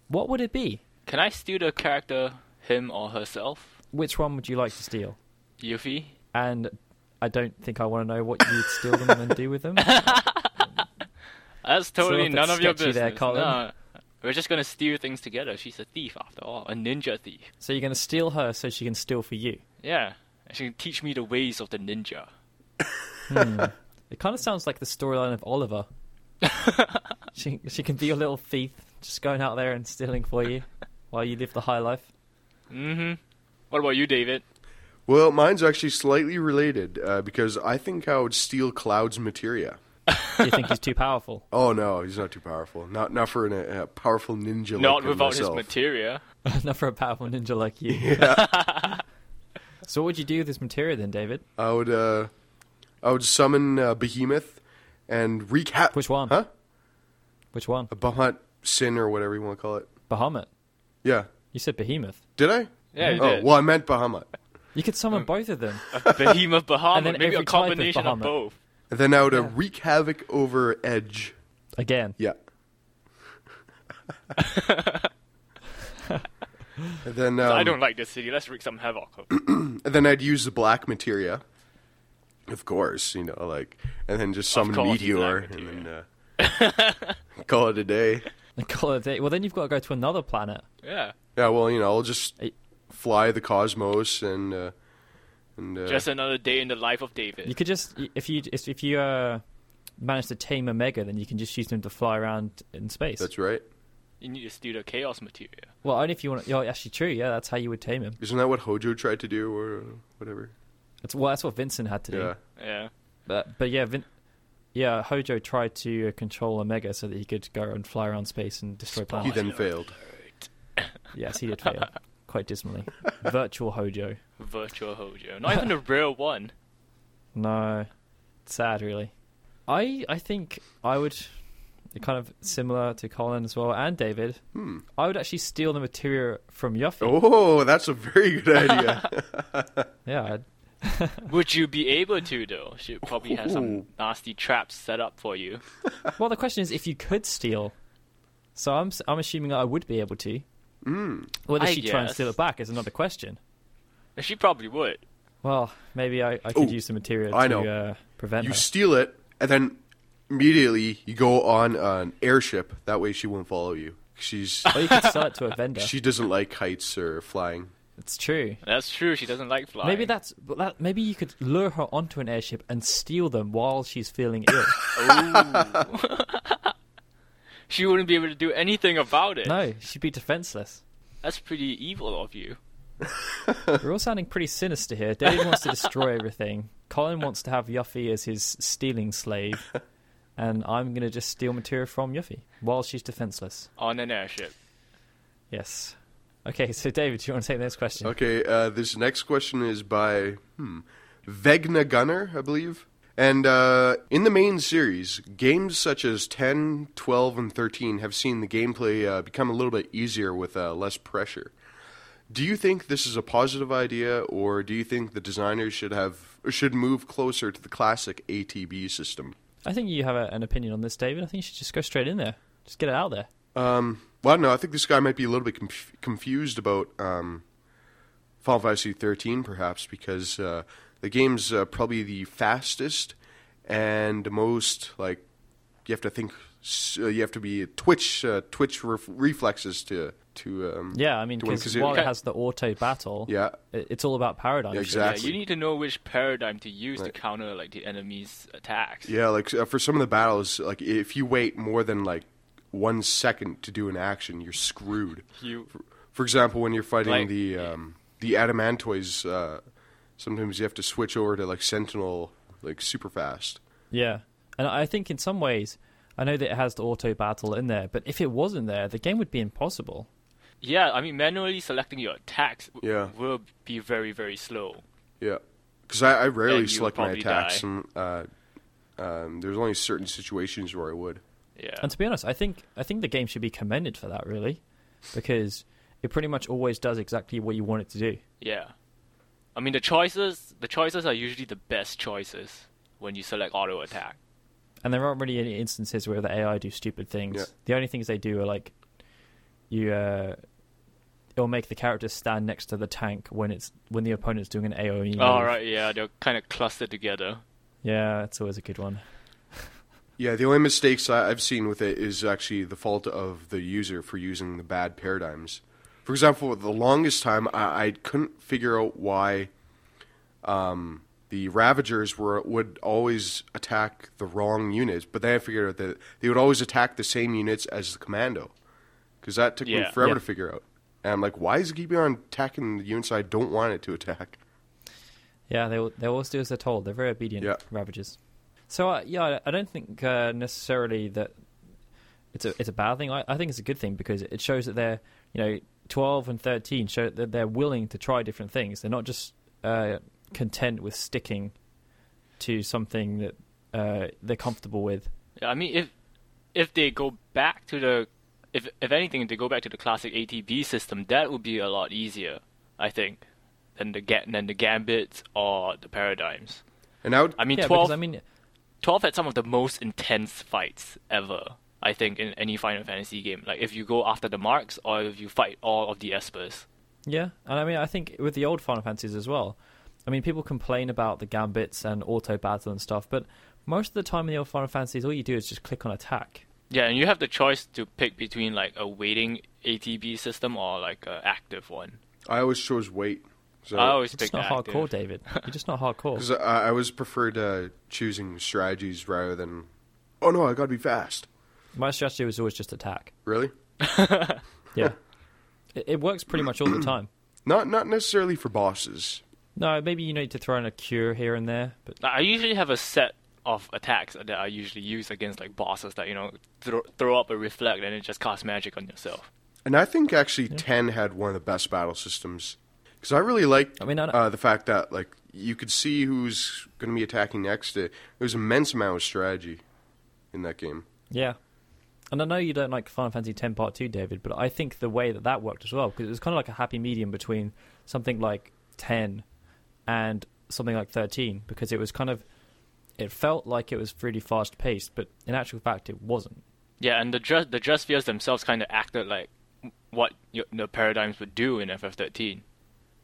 Speaker 1: what would it be?
Speaker 2: Can I steal the character, him or herself,
Speaker 1: Which one would you like to steal?
Speaker 2: Yuffie?
Speaker 1: And I don't think I want to know what you'd steal them and do with them.
Speaker 2: That's
Speaker 1: Sort
Speaker 2: totally
Speaker 1: of
Speaker 2: none of your
Speaker 1: sketchy
Speaker 2: business.
Speaker 1: there, Colin.
Speaker 2: No, we're just gonna steal things together. She's a thief after all, a ninja thief.
Speaker 1: So you're going to steal her so she can steal for you.
Speaker 2: Yeah, she can teach me the ways of the ninja.
Speaker 1: It kind of sounds like the storyline of Oliver. she she can be your little thief, just going out there and stealing for you while you live the high life.
Speaker 2: Mm-hmm. What about you, David?
Speaker 3: Well, mine's actually slightly related uh, because I think I would steal Cloud's materia.
Speaker 1: Do you think he's too powerful?
Speaker 3: Oh no, he's not too powerful. Not not for an, a a powerful ninja.
Speaker 2: Not
Speaker 3: like him
Speaker 2: without
Speaker 3: myself.
Speaker 2: his materia.
Speaker 1: Not for a powerful ninja like you. so what would you do with this material then, David?
Speaker 3: I would uh, I would summon uh, Behemoth and wreak havoc.
Speaker 1: Which one?
Speaker 3: Huh?
Speaker 1: Which one?
Speaker 3: A Bahamut Sin or whatever you want to call it.
Speaker 1: Bahamut.
Speaker 3: Yeah.
Speaker 1: You said Behemoth.
Speaker 3: Did I?
Speaker 2: Yeah, you
Speaker 3: oh
Speaker 2: did.
Speaker 3: well, I meant Bahamut.
Speaker 1: You could summon both of them.
Speaker 2: A behemoth Bahamut,
Speaker 1: And then
Speaker 2: maybe a
Speaker 1: every type of
Speaker 2: combination of
Speaker 1: Bahamut.
Speaker 2: both.
Speaker 3: And then I would uh, wreak havoc over Edge.
Speaker 1: Again.
Speaker 3: Yeah. and then um,
Speaker 2: I don't like this city. Let's wreak some havoc.
Speaker 3: and then I'd use the black materia, of course, you know, like, and then just summon
Speaker 2: course,
Speaker 3: meteor
Speaker 2: black
Speaker 3: and then uh, call it a day.
Speaker 1: Call it a day. Well then you've got to go to another planet.
Speaker 2: yeah,
Speaker 3: Yeah, well, you know, I'll just
Speaker 1: Hey.
Speaker 3: fly the cosmos and uh, and uh,
Speaker 2: just another day in the life of David.
Speaker 1: You could just if you if, if you uh, manage to tame Omega, then you can just use them to fly around in space.
Speaker 3: that's right.
Speaker 2: You need to steal the chaos materia.
Speaker 1: Well, only if you want. To, yeah, actually, true. Yeah, that's how you would tame him.
Speaker 3: Isn't that what Hojo tried to do or whatever?
Speaker 1: That's well, that's what Vincent had to do.
Speaker 3: Yeah.
Speaker 2: Yeah.
Speaker 1: But but yeah, Vin- yeah, Hojo tried to uh, control Omega so that he could go and fly around space and destroy
Speaker 3: He
Speaker 1: planets.
Speaker 3: then failed.
Speaker 1: yes, he did fail quite dismally. Virtual Hojo.
Speaker 2: Virtual Hojo. Not even a real one.
Speaker 1: No, sad really. I I think I would, kind of similar to Colin as well and David.
Speaker 3: Hmm.
Speaker 1: I would actually steal the material from Yuffie.
Speaker 3: Oh, that's a very good idea.
Speaker 1: Yeah, I'd,
Speaker 2: Would you be able to though? She probably has some
Speaker 3: Ooh.
Speaker 2: nasty traps set up for you.
Speaker 1: Well, the question is if you could steal. So I'm s- I'm assuming I would be able to.
Speaker 3: Mm.
Speaker 1: Whether
Speaker 2: I
Speaker 1: she try and steal
Speaker 2: guess.
Speaker 1: it back is another question.
Speaker 2: She probably would.
Speaker 1: Well, maybe I, I could
Speaker 3: Ooh,
Speaker 1: use the material
Speaker 3: I
Speaker 1: to
Speaker 3: know.
Speaker 1: Uh, prevent
Speaker 3: You
Speaker 1: her.
Speaker 3: steal it, and then immediately you go on an airship. That way, she won't follow you. She's
Speaker 1: or you could sell it to a vendor.
Speaker 3: she doesn't like heights or flying.
Speaker 1: it's true.
Speaker 2: That's true. She doesn't like flying.
Speaker 1: Maybe that's but that. Maybe you could lure her onto an airship and steal them while she's feeling ill.
Speaker 2: she wouldn't be able to do anything about it.
Speaker 1: no, she'd be defenseless.
Speaker 2: That's pretty evil of you.
Speaker 1: We're all sounding pretty sinister here. David wants to destroy everything. Colin wants to have Yuffie as his stealing slave, and I'm gonna just steal material from Yuffie while she's defenseless.
Speaker 2: On an airship.
Speaker 1: Yes. Okay, so David, do you want to take the next question?
Speaker 3: Okay, uh, this next question is by hmm, Vegna Gunner, I believe. And uh, in the main series, games such as 10, 12, and 13 have seen the gameplay uh, become a little bit easier with uh, less pressure. Do you think this is a positive idea, or do you think the designers should have should move closer to the classic ATB system?
Speaker 1: I think you have a, an opinion on this, David. I think you should just go straight in there. Just get it out there.
Speaker 3: Um, well, no, I think this guy might be a little bit conf- confused about um, Final Fantasy 13, perhaps, because uh, the game's uh, probably the fastest and most like you have to think, s- uh, you have to be twitch uh, twitch ref- reflexes to to um,
Speaker 1: Yeah, I mean,
Speaker 3: to win
Speaker 1: because
Speaker 3: Kazoo-
Speaker 1: while it
Speaker 2: Okay.
Speaker 1: has the auto battle,
Speaker 3: yeah,
Speaker 1: it, it's all about paradigm.
Speaker 3: Yeah,
Speaker 1: shift.
Speaker 3: exactly.
Speaker 2: Yeah, you need to know which paradigm to use
Speaker 3: Right.
Speaker 2: to counter like the enemy's attacks.
Speaker 3: yeah, like uh, for some of the battles, like if you wait more than like one second to do an action, you're screwed.
Speaker 2: You
Speaker 3: For example, when you're fighting
Speaker 2: Like-
Speaker 3: the um, the adamantoids, uh, sometimes you have to switch over to like Sentinel, like super fast.
Speaker 1: Yeah, and I think in some ways, I know that it has the auto battle in there, but if it wasn't there, the game would be impossible.
Speaker 2: Yeah, I mean manually selecting your attacks w-
Speaker 3: Yeah.
Speaker 2: will be very very slow.
Speaker 3: Yeah, because I, I rarely
Speaker 2: And you
Speaker 3: select my
Speaker 2: probably
Speaker 3: attacks,
Speaker 2: die.
Speaker 3: and uh, um, there's only certain situations where I would.
Speaker 2: Yeah.
Speaker 1: And to be honest, I think I think the game should be commended for that, really, because it pretty much always does exactly what you want it to do.
Speaker 2: yeah. I mean the choices the choices are usually the best choices when you select auto attack.
Speaker 1: And there aren't really any instances where the AI do stupid things.
Speaker 3: Yeah.
Speaker 1: The only things they do are like you uh, it'll make the character stand next to the tank when it's when the opponent's doing an AoE. move.
Speaker 2: All Oh, right, yeah, they're kind of clustered together.
Speaker 1: Yeah, that's always a good one.
Speaker 3: Yeah, the only mistakes I, I've seen with it is actually the fault of the user for using the bad paradigms. For example, the longest time I, I couldn't figure out why um, the Ravagers were would always attack the wrong units, but then I figured out that they would always attack the same units as the Commando, because that took me
Speaker 2: Yeah.
Speaker 3: forever
Speaker 1: Yeah.
Speaker 3: to figure out. And I'm like, why is it keeping on attacking the units I don't want it to attack?
Speaker 1: Yeah, they they always do as they're told. They're very obedient
Speaker 3: Yeah.
Speaker 1: ravagers. So uh, yeah, I- I don't think uh, necessarily that it's a it's a bad thing. I, I think it's a good thing because it shows that they're you know twelve and thirteen show that they're willing to try different things. They're not just uh, content with sticking to something that uh, they're comfortable with.
Speaker 2: Yeah, I mean if if they go back to the if if anything if they go back to the classic ATB system, that would be a lot easier, I think, than the ga- than the gambits or the paradigms.
Speaker 3: And I would,
Speaker 2: I mean
Speaker 1: yeah,
Speaker 2: twelve
Speaker 1: because I mean,
Speaker 2: 12 had some of the most intense fights ever, I think, in any Final Fantasy game. Like, if you go after the marks or if you fight all of the espers.
Speaker 1: yeah, and I mean, I think with the old Final Fantasies as well. I mean, people complain about the gambits and auto battle and stuff, but most of the time in the old Final Fantasies, all you do is just click on attack.
Speaker 2: Yeah, and you have the choice to pick between, like, a waiting ATB system or, like, an active one.
Speaker 3: I always chose weight. So
Speaker 2: I always
Speaker 1: It's
Speaker 2: pick
Speaker 1: just not
Speaker 2: active.
Speaker 1: hardcore, David. You're just not hardcore.
Speaker 3: Because I, I always preferred uh, choosing strategies rather than, oh no, I gotta be fast.
Speaker 1: My strategy was always just attack.
Speaker 3: Really?
Speaker 1: Yeah, it, it works pretty much all the time.
Speaker 3: Not not necessarily for bosses.
Speaker 1: No, maybe you need to throw in a cure here and there, but
Speaker 2: Like, I usually have a set of attacks that I usually use against, like, bosses that, you know, throw, throw up a reflect and it just casts magic on yourself.
Speaker 3: And I think actually ten had one of the best battle systems. Because I really liked
Speaker 1: I mean, I-
Speaker 3: uh, the fact that like you could see who's going to be attacking next. There was an immense amount of strategy in that game.
Speaker 1: yeah. And I know you don't like Final Fantasy X Part Two, David, but I think the way that that worked as well, because it was kind of like a happy medium between something like ten and something like thirteen, because it was kind of, it felt like it was really fast paced, but in actual fact, it wasn't.
Speaker 2: Yeah, and the dress, the dress spheres themselves kind of acted like what y the paradigms would do in FF13.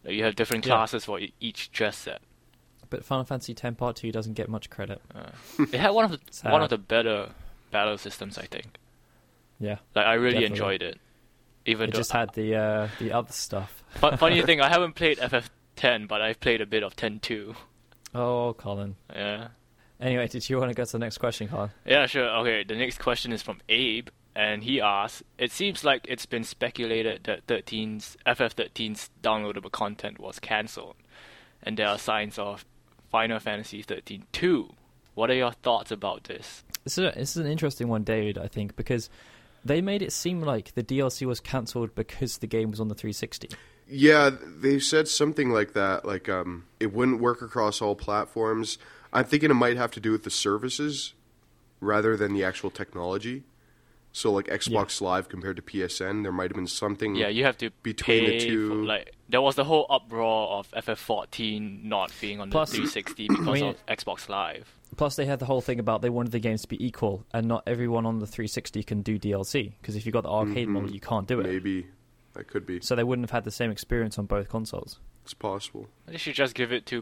Speaker 2: Like you have different
Speaker 1: Yeah.
Speaker 2: classes for e- each dress set.
Speaker 1: But Final Fantasy X Part Two doesn't get much credit.
Speaker 2: It had one of the,
Speaker 1: Sad.
Speaker 2: one of the better battle systems, I think.
Speaker 1: Yeah,
Speaker 2: Like I really
Speaker 1: Definitely.
Speaker 2: enjoyed it. Even
Speaker 1: it
Speaker 2: though,
Speaker 1: just had the uh, the other stuff.
Speaker 2: Fu- funny thing, I haven't played FF10, but I've played a bit of 10 too.
Speaker 1: Oh, Colin.
Speaker 2: Yeah.
Speaker 1: Anyway, did you want to go to the next question, Colin?
Speaker 2: Yeah, sure. Okay, the next question is from Abe, and he asks It seems like it's been speculated that 13's, FF13's downloadable content was cancelled, and there are signs of Final Fantasy 13 2. What are your thoughts about this?
Speaker 1: This is, a, this is an interesting one, David, I think, because they made it seem like the DLC was cancelled because the game was on the 360.
Speaker 3: Yeah, they said something like that. Like um, it wouldn't work across all platforms. I'm thinking it might have to do with the services rather than the actual technology. So like Xbox Live compared to PSN, there might have been something.
Speaker 2: Yeah, you have to
Speaker 3: Hmm. Between the
Speaker 2: pay for-
Speaker 3: two-
Speaker 2: like there was the whole uproar of FF14 not being on
Speaker 1: Plus-
Speaker 2: the 360 because
Speaker 1: mean-
Speaker 2: of Xbox Live.
Speaker 1: Plus, they had the whole thing about they wanted the games to be equal, and not everyone on the 360 can do DLC because if you got the arcade
Speaker 3: Mhm.
Speaker 1: model, you can't do it.
Speaker 3: Maybe that could be.
Speaker 1: So they wouldn't have had the same experience on both consoles.
Speaker 3: It's possible.
Speaker 2: They should just give it to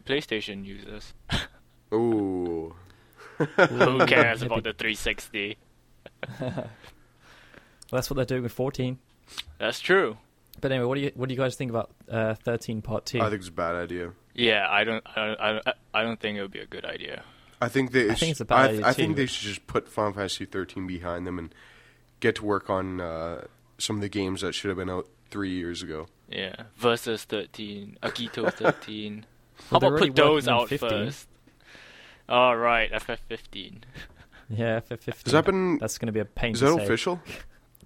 Speaker 2: PlayStation users.
Speaker 3: Oh,
Speaker 2: Who cares
Speaker 1: Ooh,
Speaker 2: about the 360?
Speaker 1: Well, that's what they're doing with 14.
Speaker 2: That's true.
Speaker 1: But anyway, what do you what do you guys think about uh, 13 Part Two?
Speaker 3: I think it's a bad idea.
Speaker 2: Yeah, I don't, I don't, I don't, I don't think it would be a good idea.
Speaker 3: I think they.
Speaker 1: I think it's a bad
Speaker 3: I,
Speaker 1: idea
Speaker 3: I
Speaker 1: too,
Speaker 3: think they
Speaker 1: but-
Speaker 3: should just put Final Fantasy 13 behind them and get to work on uh, some of the games that should have been out three years ago.
Speaker 2: Yeah, versus 13, Akito 13. How
Speaker 1: Well, they're
Speaker 2: about put
Speaker 1: already working
Speaker 2: those
Speaker 1: on
Speaker 2: out
Speaker 1: 15.
Speaker 2: first? All right, FF15.
Speaker 1: yeah, for 15.
Speaker 3: Has that been?
Speaker 1: That's going to be a pain.
Speaker 3: Is
Speaker 1: to
Speaker 3: that
Speaker 1: say.
Speaker 3: official?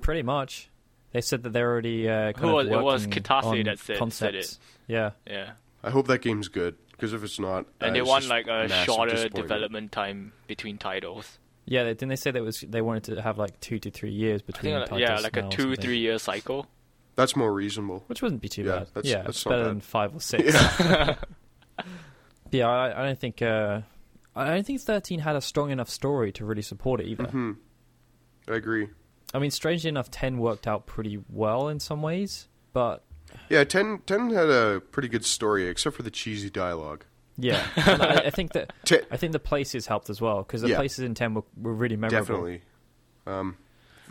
Speaker 1: Pretty much. They said that they're already uh, kind
Speaker 2: Who was-
Speaker 1: of
Speaker 2: it was
Speaker 1: working
Speaker 2: Kitase
Speaker 1: on
Speaker 2: that said- said
Speaker 1: concepts. Yeah,
Speaker 2: Yeah,
Speaker 3: I hope that game's good because if it's not,
Speaker 2: and
Speaker 3: uh,
Speaker 2: they
Speaker 3: it's
Speaker 2: want
Speaker 3: just
Speaker 2: like a
Speaker 3: massive
Speaker 2: shorter
Speaker 3: disappointment.
Speaker 2: development time between titles.
Speaker 1: yeah. They, didn't they say that was they wanted to have like two to three years
Speaker 2: I
Speaker 1: between
Speaker 2: think,
Speaker 1: titles?
Speaker 2: like, yeah, like
Speaker 1: now
Speaker 2: a
Speaker 1: or
Speaker 2: two,
Speaker 1: something?
Speaker 2: three year cycle.
Speaker 3: That's more reasonable.
Speaker 1: which wouldn't be too
Speaker 3: Yeah,
Speaker 1: bad.
Speaker 3: that's-
Speaker 1: yeah,
Speaker 3: that's
Speaker 1: it's
Speaker 3: not
Speaker 1: better
Speaker 3: bad.
Speaker 1: than five or six.
Speaker 3: Yeah.
Speaker 1: But yeah, I, I don't think uh, I don't think thirteen had a strong enough story to really support it either.
Speaker 3: hmm I agree.
Speaker 1: I mean, strangely enough, ten worked out pretty well in some ways, but
Speaker 3: Yeah, 10, 10 had a pretty good story except for the cheesy dialogue.
Speaker 1: yeah, And I, I think that
Speaker 3: Te-
Speaker 1: I think the places helped as well because the
Speaker 3: Yeah.
Speaker 1: places in ten were, were really memorable.
Speaker 3: definitely. Um,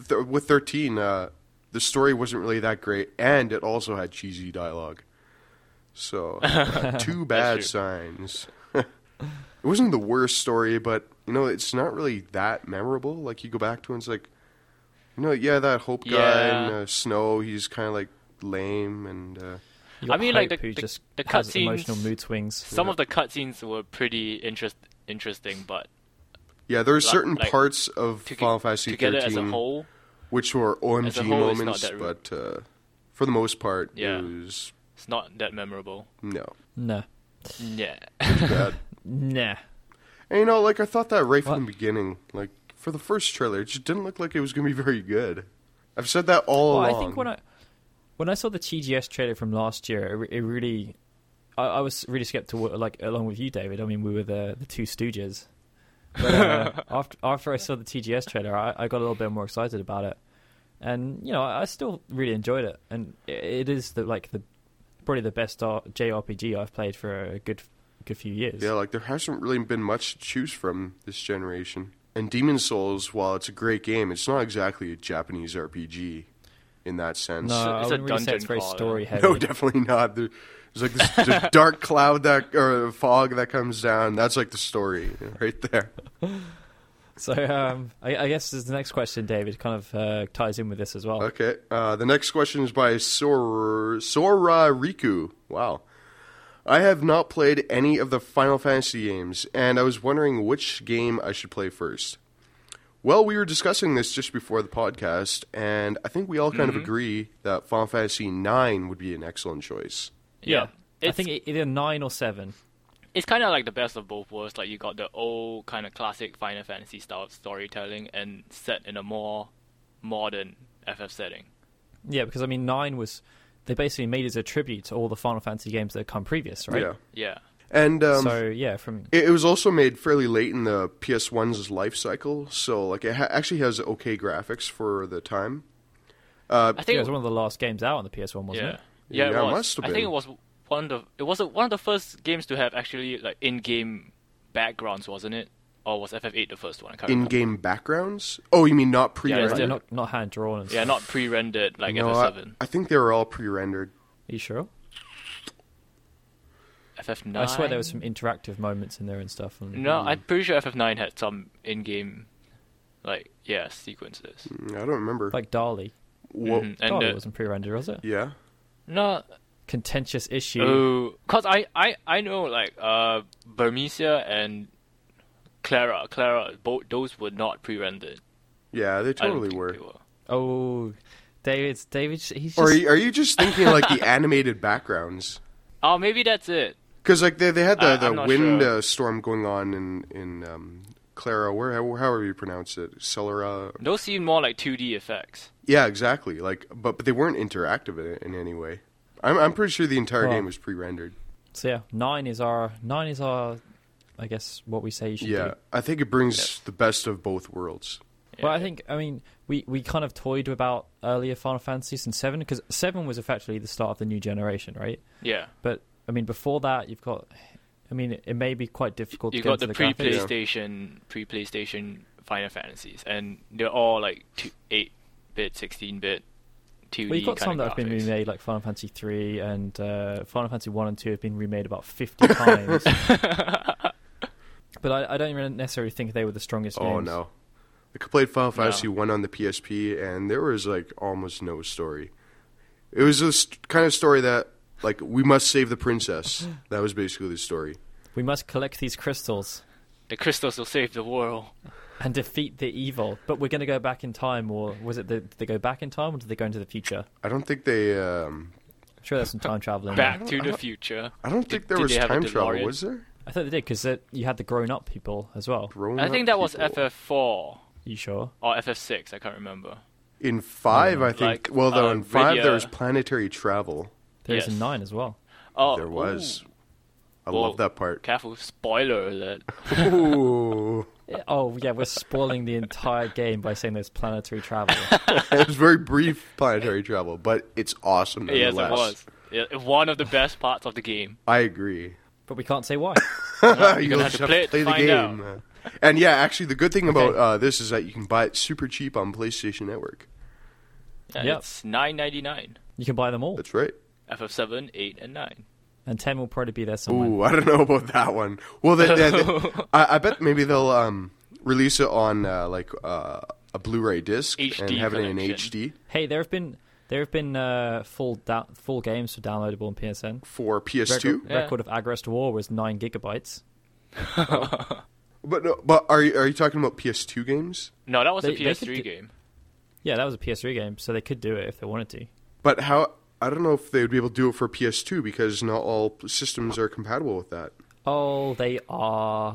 Speaker 3: th- with thirteen, uh, the story wasn't really that great, and it also had cheesy dialogue. So two bad
Speaker 2: true.
Speaker 3: signs. it wasn't the worst story, but you know, it's not really that memorable. Like you go back to it, and it's like, you know, yeah, that Hope guy
Speaker 2: Yeah.
Speaker 3: in uh, Snow, he's kind of like lame, and uh,
Speaker 1: You got
Speaker 2: I mean, like,
Speaker 1: Hope
Speaker 2: the-
Speaker 1: who
Speaker 2: the-
Speaker 1: just
Speaker 2: the
Speaker 1: has
Speaker 2: cutscenes-
Speaker 1: emotional mood swings.
Speaker 2: Some
Speaker 3: Yeah.
Speaker 2: of the cutscenes were pretty interest interesting, but
Speaker 3: yeah, there are
Speaker 2: Like-
Speaker 3: certain
Speaker 2: like,
Speaker 3: parts of
Speaker 2: to-
Speaker 3: Final Fantasy
Speaker 2: together as a
Speaker 3: thirteen
Speaker 2: whole,
Speaker 3: which were
Speaker 2: As a
Speaker 3: OMG
Speaker 2: whole, it's not
Speaker 3: moments,
Speaker 2: that re-
Speaker 3: but uh, for the most part,
Speaker 2: Yeah.
Speaker 3: it was
Speaker 2: it's not that memorable.
Speaker 3: no.
Speaker 1: No,
Speaker 2: Yeah.
Speaker 3: bad.
Speaker 1: nah.
Speaker 3: And you know, like I thought that right from
Speaker 1: What?
Speaker 3: the beginning, like for the first trailer, it just didn't look like it was going to be very good. I've said that all
Speaker 1: Well,
Speaker 3: along.
Speaker 1: I think when I when I saw the TGS trailer from last year, it, re- it really I, I was really skeptical. Like along with you, David. I mean, we were the the two Stooges. But uh, after after I saw the TGS trailer, I, I got a little bit more excited about it, and you know, I, I still really enjoyed it. And i it is the like the probably the best R- JRPG I've played for a good good few years.
Speaker 3: yeah, like there hasn't really been much to choose from this generation. And Demon Souls, while it's a great game, it's not exactly a Japanese RPG in that sense.
Speaker 1: no, I
Speaker 2: it's a
Speaker 1: wouldn't really say
Speaker 2: dungeon
Speaker 1: it's very
Speaker 2: crawler.
Speaker 1: story heavy.
Speaker 3: No, definitely not. There- There's like this d- dark cloud that or fog that comes down. That's like the story right there.
Speaker 1: so um, I, I guess this is the next question, David, kind of uh, ties in with this as well.
Speaker 3: Okay. Uh, the next question is by Sora, Sora Riku. Wow. I have not played any of the Final Fantasy games, and I was wondering which game I should play first. Well, we were discussing this just before the podcast, and I think we all kind of
Speaker 1: Mm-hmm.
Speaker 3: agree that Final Fantasy IX would be an excellent choice.
Speaker 2: yeah.
Speaker 1: I
Speaker 2: It's-
Speaker 1: think e- either nine or seven.
Speaker 2: it's kind of like the best of both worlds. Like you got the old kind of classic Final Fantasy style storytelling, and set in a more modern FF setting.
Speaker 1: Yeah, because I mean, nine was they basically made it as a tribute to all the Final Fantasy games that had come previous, right?
Speaker 3: Yeah.
Speaker 2: Yeah,
Speaker 3: And um,
Speaker 1: so yeah, from
Speaker 3: It, it was also made fairly late in the PS1's life cycle, so like it ha- actually has okay graphics for the time. Uh,
Speaker 2: I think
Speaker 1: yeah, it was one of the last games out on the PS1, wasn't
Speaker 2: yeah,
Speaker 1: it?
Speaker 2: yeah.
Speaker 3: Yeah, it
Speaker 2: it was.
Speaker 3: must have
Speaker 2: I think
Speaker 3: been.
Speaker 2: it was one of the, it was one of the first games to have actually like in-game backgrounds, wasn't it? Or was FF8 the first one? I can't remember.
Speaker 3: in-game backgrounds. Oh, you mean not
Speaker 2: Yeah,
Speaker 1: Yeah,
Speaker 2: it's
Speaker 3: pre-rendered?
Speaker 2: right.
Speaker 1: not not hand drawn. And
Speaker 2: Yeah,
Speaker 1: stuff.
Speaker 2: not pre-rendered like
Speaker 3: No, I,
Speaker 2: FF7,
Speaker 3: I think they were all pre-rendered.
Speaker 1: Are you sure?
Speaker 2: FF9.
Speaker 1: I swear there was some interactive moments in there and stuff. And,
Speaker 2: No, I'm pretty sure FF9 had some in-game, like yeah, sequences.
Speaker 3: Mm, I don't remember.
Speaker 1: like Dali.
Speaker 3: Wha-
Speaker 2: Mhm. And
Speaker 1: Dali
Speaker 2: uh,
Speaker 1: wasn't pre-rendered, was it?
Speaker 3: Yeah,
Speaker 2: no,
Speaker 1: Contentious issue.
Speaker 2: Oh, cause I, I, I know like uh Bermesia and Clara Clara both those were not pre-rendered.
Speaker 3: yeah, they
Speaker 2: I don't
Speaker 3: totally
Speaker 2: think
Speaker 3: were.
Speaker 2: they were.
Speaker 1: Oh, David's David. He's just,
Speaker 3: Or are you, are you just thinking like the animated backgrounds?
Speaker 2: Oh, maybe that's it.
Speaker 3: Because like they they had the,
Speaker 2: I-
Speaker 3: the
Speaker 2: I'm not
Speaker 3: wind
Speaker 2: sure.
Speaker 3: uh, storm going on in in um, Clara, where however you pronounce it, Celera.
Speaker 2: Those seem more like 2D effects.
Speaker 3: Yeah, exactly. Like, but but they weren't interactive in, in any way. I'm I'm pretty sure the entire
Speaker 1: Well-
Speaker 3: game was pre-rendered.
Speaker 1: so yeah, nine is our nine is our I guess, what we say you should
Speaker 3: yeah,
Speaker 1: do.
Speaker 3: I think it brings
Speaker 2: Yes.
Speaker 3: the best of both worlds.
Speaker 1: Well, I
Speaker 2: Yeah.
Speaker 1: think I mean we, we kind of toyed about earlier Final Fantasies and Seven because Seven was effectively the start of the new generation, right?
Speaker 2: yeah.
Speaker 1: But I mean, before that, you've got. I mean, it, it may be quite difficult.
Speaker 2: you
Speaker 1: to get
Speaker 2: got
Speaker 1: into
Speaker 2: the
Speaker 1: the
Speaker 2: pre
Speaker 1: graphics.
Speaker 2: PlayStation, pre PlayStation Final Fantasies, and they're all like two, eight bit, sixteen bit, two D.
Speaker 1: Well, you've got some
Speaker 2: kind of
Speaker 1: that have been
Speaker 2: graphics.
Speaker 1: remade, like Final Fantasy three and uh, Final Fantasy one and two have been remade about fifty times. but I, I don't even necessarily think they were the strongest.
Speaker 3: Oh
Speaker 1: games.
Speaker 3: no, like I played Final
Speaker 2: No.
Speaker 3: Fantasy one on the PSP, and there was like almost no story. It was this kind of story that like we must save the princess. That was basically the story.
Speaker 1: We must collect these crystals
Speaker 2: The crystals will save the world.
Speaker 1: and defeat the evil. But we're going to go back in time, or was it? The, did they go back in time, or did they go into the future?
Speaker 3: I don't think they. Um,
Speaker 1: I'm sure there's some time travel
Speaker 3: Uh-huh.
Speaker 1: in there.
Speaker 2: Back to the future.
Speaker 3: I don't think there
Speaker 2: did
Speaker 3: was
Speaker 2: they have a
Speaker 3: time travel.
Speaker 2: DeLorean?
Speaker 3: Was there?
Speaker 1: I thought they did because you had the grown-up people as well.
Speaker 2: I
Speaker 3: Grown-up
Speaker 2: think that was
Speaker 3: people.
Speaker 2: FF4
Speaker 1: You sure?
Speaker 2: or FF6. I can't remember.
Speaker 3: In five,
Speaker 1: Yeah.
Speaker 3: I think.
Speaker 2: Like,
Speaker 3: well, though,
Speaker 2: uh,
Speaker 3: in five there
Speaker 2: Rydia-
Speaker 3: was planetary travel.
Speaker 1: There's
Speaker 2: Yes.
Speaker 1: a nine as well.
Speaker 2: Oh,
Speaker 3: there was.
Speaker 2: ooh,
Speaker 3: I
Speaker 2: Well-
Speaker 3: love that part.
Speaker 2: careful, spoiler alert.
Speaker 3: Ooh,
Speaker 1: Yeah, Oh yeah, we're spoiling the entire game by saying there's planetary travel.
Speaker 3: it was very brief planetary travel, but it's awesome.
Speaker 2: yes, it was.
Speaker 3: nonetheless.
Speaker 2: Yeah, one of the best parts of the game.
Speaker 3: I agree.
Speaker 1: but we can't say why.
Speaker 2: No,
Speaker 3: you
Speaker 2: you're gonna
Speaker 3: just
Speaker 2: have to play it to find out.
Speaker 3: And yeah, actually, the good thing about uh, this is that you can buy it super cheap on PlayStation Network.
Speaker 2: And
Speaker 1: Yep.
Speaker 2: It's 9.99.
Speaker 1: You can buy them all,
Speaker 3: That's right.
Speaker 2: FF7, 8, and 9.
Speaker 1: and ten will probably be there somewhere.
Speaker 3: Ooh, I don't know about that one. Well, they, they- they- I, I bet maybe they'll um, release it on uh, like uh, a Blu-ray disc and
Speaker 2: HD
Speaker 3: have it in
Speaker 2: collection.
Speaker 3: HD
Speaker 1: Hey, there have been there have been uh, full da- full games for downloadable on PSN.
Speaker 3: for PS2.
Speaker 1: Record,
Speaker 2: Yeah.
Speaker 1: record of Agrest War was nine gigabytes.
Speaker 3: But no, but are you, are you talking about PS2 games?
Speaker 2: No, that was
Speaker 1: They-
Speaker 2: a
Speaker 1: they could
Speaker 2: PS3
Speaker 1: do-
Speaker 2: game.
Speaker 1: Yeah, that was a PS3 game, so they could do it if they wanted to.
Speaker 3: But how? I don't know if they would be able to do it for PS2 because not all p- systems are compatible with that.
Speaker 1: Oh, they are.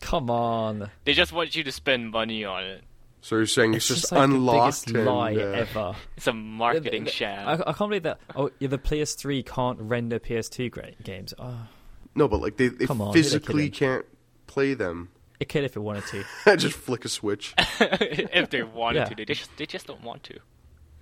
Speaker 1: Come on,
Speaker 2: They just want you to spend money on it.
Speaker 3: So you're saying it's, just,
Speaker 1: just like
Speaker 3: unlocked
Speaker 1: the biggest lie
Speaker 3: and, uh,
Speaker 1: ever.
Speaker 2: It's a marketing
Speaker 1: Yeah,
Speaker 2: sham.
Speaker 1: I, I can't believe that. Oh, yeah, the PS3 can't render PS2 gra- games. Oh,
Speaker 3: No, but like they, they
Speaker 1: Come on, who they
Speaker 3: physically
Speaker 1: kidding?
Speaker 3: can't play them.
Speaker 1: it could if it wanted to.
Speaker 3: just flick a switch.
Speaker 2: if they wanted
Speaker 1: Yeah.
Speaker 2: to, they just they just don't want to.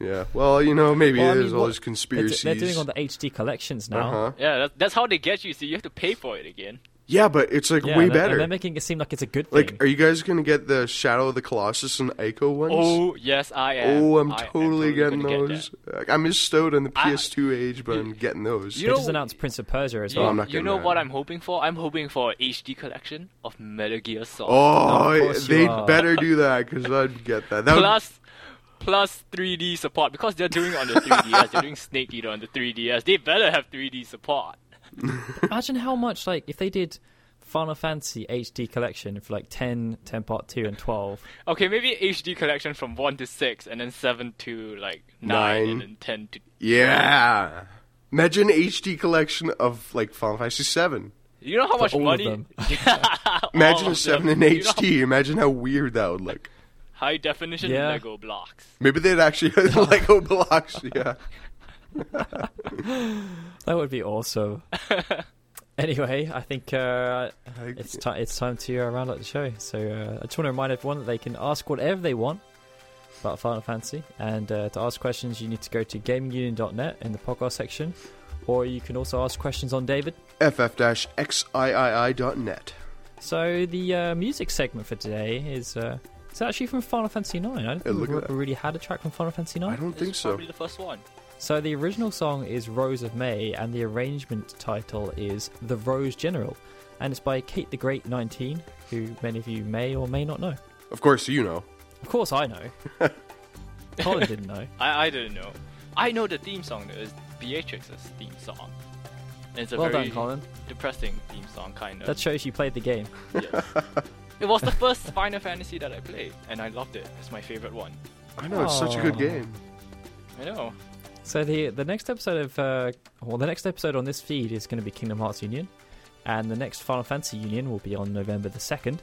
Speaker 3: Yeah. Well, you know, maybe
Speaker 1: Well, I
Speaker 3: there's
Speaker 1: mean,
Speaker 3: all
Speaker 1: what-
Speaker 3: those
Speaker 1: They're,
Speaker 3: conspiracies.
Speaker 1: they're doing all the HD collections now.
Speaker 3: Uh-huh.
Speaker 2: Yeah, that's, that's how they get you. So you have to pay for it again.
Speaker 3: Yeah, but it's like
Speaker 1: Yeah,
Speaker 3: way
Speaker 1: and they're- and
Speaker 3: better.
Speaker 1: They're making it seem like it's a good
Speaker 3: like,
Speaker 1: thing.
Speaker 3: are you guys gonna get the Shadow of the Colossus and Ico ones?
Speaker 2: Oh yes, I am.
Speaker 3: Oh, I'm
Speaker 2: I am
Speaker 3: totally getting
Speaker 2: gonna get
Speaker 3: those. Like, I missed out on the
Speaker 2: I-
Speaker 3: PS2 age, but I'm getting those.
Speaker 1: they
Speaker 2: you
Speaker 1: just
Speaker 2: know-
Speaker 1: announced Prince of Persia
Speaker 2: that.
Speaker 1: as
Speaker 2: You,
Speaker 1: well.
Speaker 3: I'm not
Speaker 2: you
Speaker 3: getting
Speaker 2: know
Speaker 3: that.
Speaker 2: what I'm hoping for? I'm hoping for an HD collection of Metal Gear Solid.
Speaker 1: Of
Speaker 3: oh,
Speaker 1: course you
Speaker 3: they'd
Speaker 1: are.
Speaker 3: better do that because I'd get that. that would-
Speaker 2: Plus, plus 3D support because they're doing it on the 3DS. they're doing Snake Eater on the 3DS. They better have 3D support.
Speaker 1: Imagine how much like if they did Final Fantasy HD collection for like 10, 10 part two and twelve.
Speaker 2: Okay, maybe HD collection from one to six, and then seven to like nine,
Speaker 3: Nine.
Speaker 2: and then ten to.
Speaker 3: yeah. Imagine HD collection of like Final Fantasy Seven.
Speaker 2: You know how much
Speaker 1: all of
Speaker 2: money?
Speaker 1: them.
Speaker 2: All
Speaker 3: Imagine
Speaker 2: of
Speaker 3: seven
Speaker 2: them. Oh,
Speaker 3: in
Speaker 2: You know how
Speaker 3: HD. Imagine how weird that would look.
Speaker 2: high definition
Speaker 1: Yeah.
Speaker 2: Lego blocks.
Speaker 3: Maybe they'd actually Lego blocks. Yeah.
Speaker 1: That would be awesome. anyway, I think uh,
Speaker 3: Like,
Speaker 1: it's time it's time to uh, round up the show. So uh, I just want to remind everyone that they can ask whatever they want about Final Fantasy, and uh, to ask questions, you need to go to gamingunion.net in the podcast section, or you can also ask questions on David.
Speaker 3: ff-xiii.net.
Speaker 1: So the uh, music segment for today is. Uh, it's actually from Final Fantasy IX. I don't think
Speaker 3: look
Speaker 1: we've
Speaker 3: at
Speaker 1: ever really had a track from Final Fantasy
Speaker 3: I
Speaker 1: IX.
Speaker 3: don't think
Speaker 2: This is
Speaker 3: so.
Speaker 2: Probably the first one.
Speaker 1: So the original song is Rose of May, and the arrangement title is The Rose General, and it's by Kate the Great 19, who many of you may or may not know.
Speaker 3: Of course, you know.
Speaker 1: Of course, I know. Colin didn't know.
Speaker 2: I I didn't know. I know the theme song though. It's Beatrix's theme song. And it's a
Speaker 1: well
Speaker 2: very
Speaker 1: done, Colin.
Speaker 2: depressing theme song, kind of.
Speaker 1: That shows you played the game.
Speaker 2: Yes. it was the first Final Fantasy that I played, and I loved it. It's my favorite one.
Speaker 3: I know, it's such a
Speaker 2: Oh.
Speaker 3: good
Speaker 1: Aw.
Speaker 3: game.
Speaker 2: I know.
Speaker 1: So the the next episode of uh, well, the next episode on this feed is going to be Kingdom Hearts Union, and the next Final Fantasy Union will be on November the second.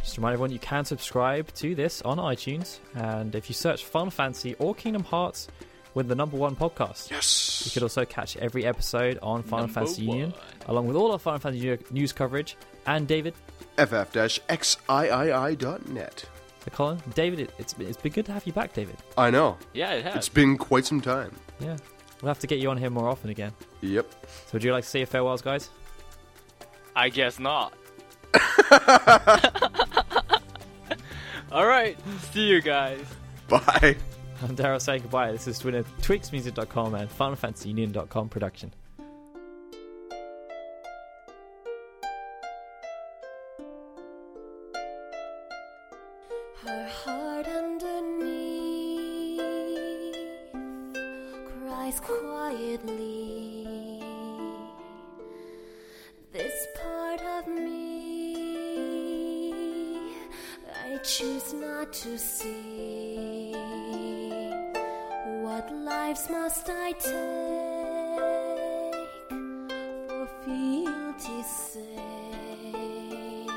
Speaker 1: Just to remind everyone, you can subscribe to this on iTunes, and if you search Final Fantasy or Kingdom Hearts, with the number one podcast.
Speaker 3: Yes.
Speaker 1: You could also catch every episode on Final
Speaker 2: Number
Speaker 1: Fantasy Union,
Speaker 2: one.
Speaker 1: along with all our Final Fantasy Union news coverage. And David,
Speaker 3: FF-XIII.net.
Speaker 1: the Colin, David, it, it's it's been good to have you back, David.
Speaker 3: I know.
Speaker 2: Yeah, it has.
Speaker 3: It's been quite some time.
Speaker 1: Yeah, we'll have to get you on here more often again.
Speaker 3: Yep.
Speaker 1: So, would you like to say your farewells, guys?
Speaker 2: I guess not. All right. See you guys.
Speaker 3: Bye.
Speaker 1: I'm Daryl saying goodbye. This is Twitter, twigsmusic.com and finalfantasyunion.com production.
Speaker 4: Her heart underneath cries quietly. This part of me I choose not to see. What lives must I take for fealty's sake?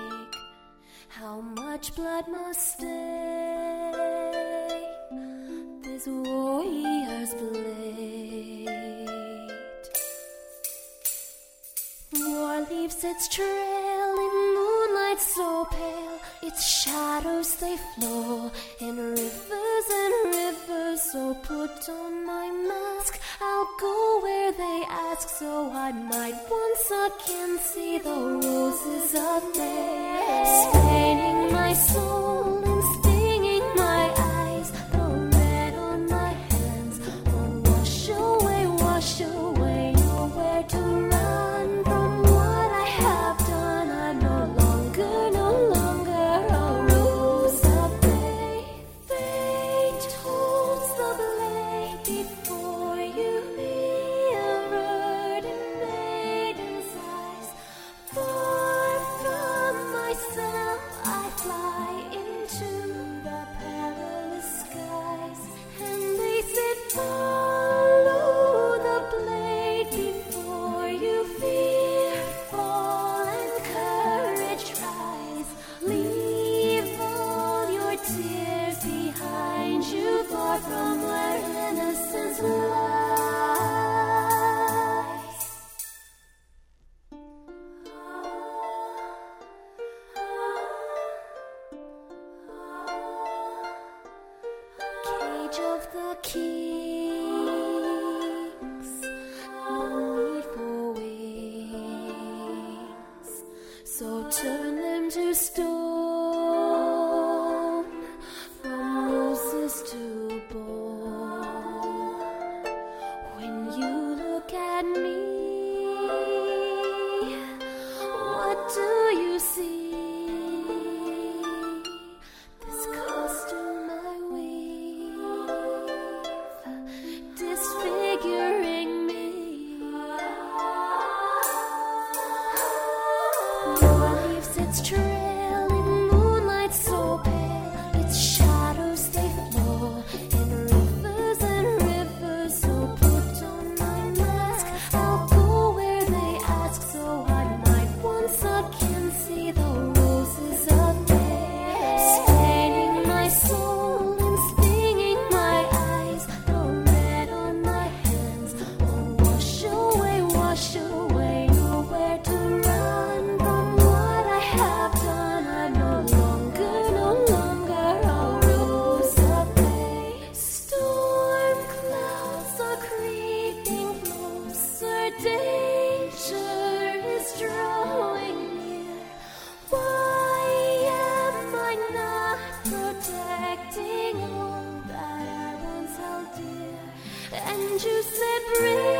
Speaker 4: How much blood must stay this warrior's blade? War leaves its trail in moonlight so pale, its shadows they flow in rivers and rivers. So put on my mask, I'll go where they ask, so I might once again see the roses of day, staining my soul and stinging my eyes. The red on my hands will wash away, wash away. Nowhere to run from what I have done. I'm no longer, no longer a rose of May. Fate holds the blade before you. Mirrored in maiden's eyes, far from myself I fly into the perilous skies, and they said follow the blade before you fear fall and courage rise. Leave all your tears behind you, far from where innocence lies. Cage of the kings, no need for wings. So turn them to stone, from roses to bone. When you look at me, what do you see? This costume I weave, disfiguring me. War leaves its trail in moonlight so pale, its shadows they flow in rivers and rivers. So put on my mask, I'll go where they ask, so I might once again see the roses of May, staining my soul and stinging my eyes. The red on my hands will wash away, wash away. Nowhere to run from what I have done. I'm no longer, no longer a rose of May. Storm clouds are creeping closer. Danger is drawing near. Why am I not protecting all that I once held dear? And you said, bring.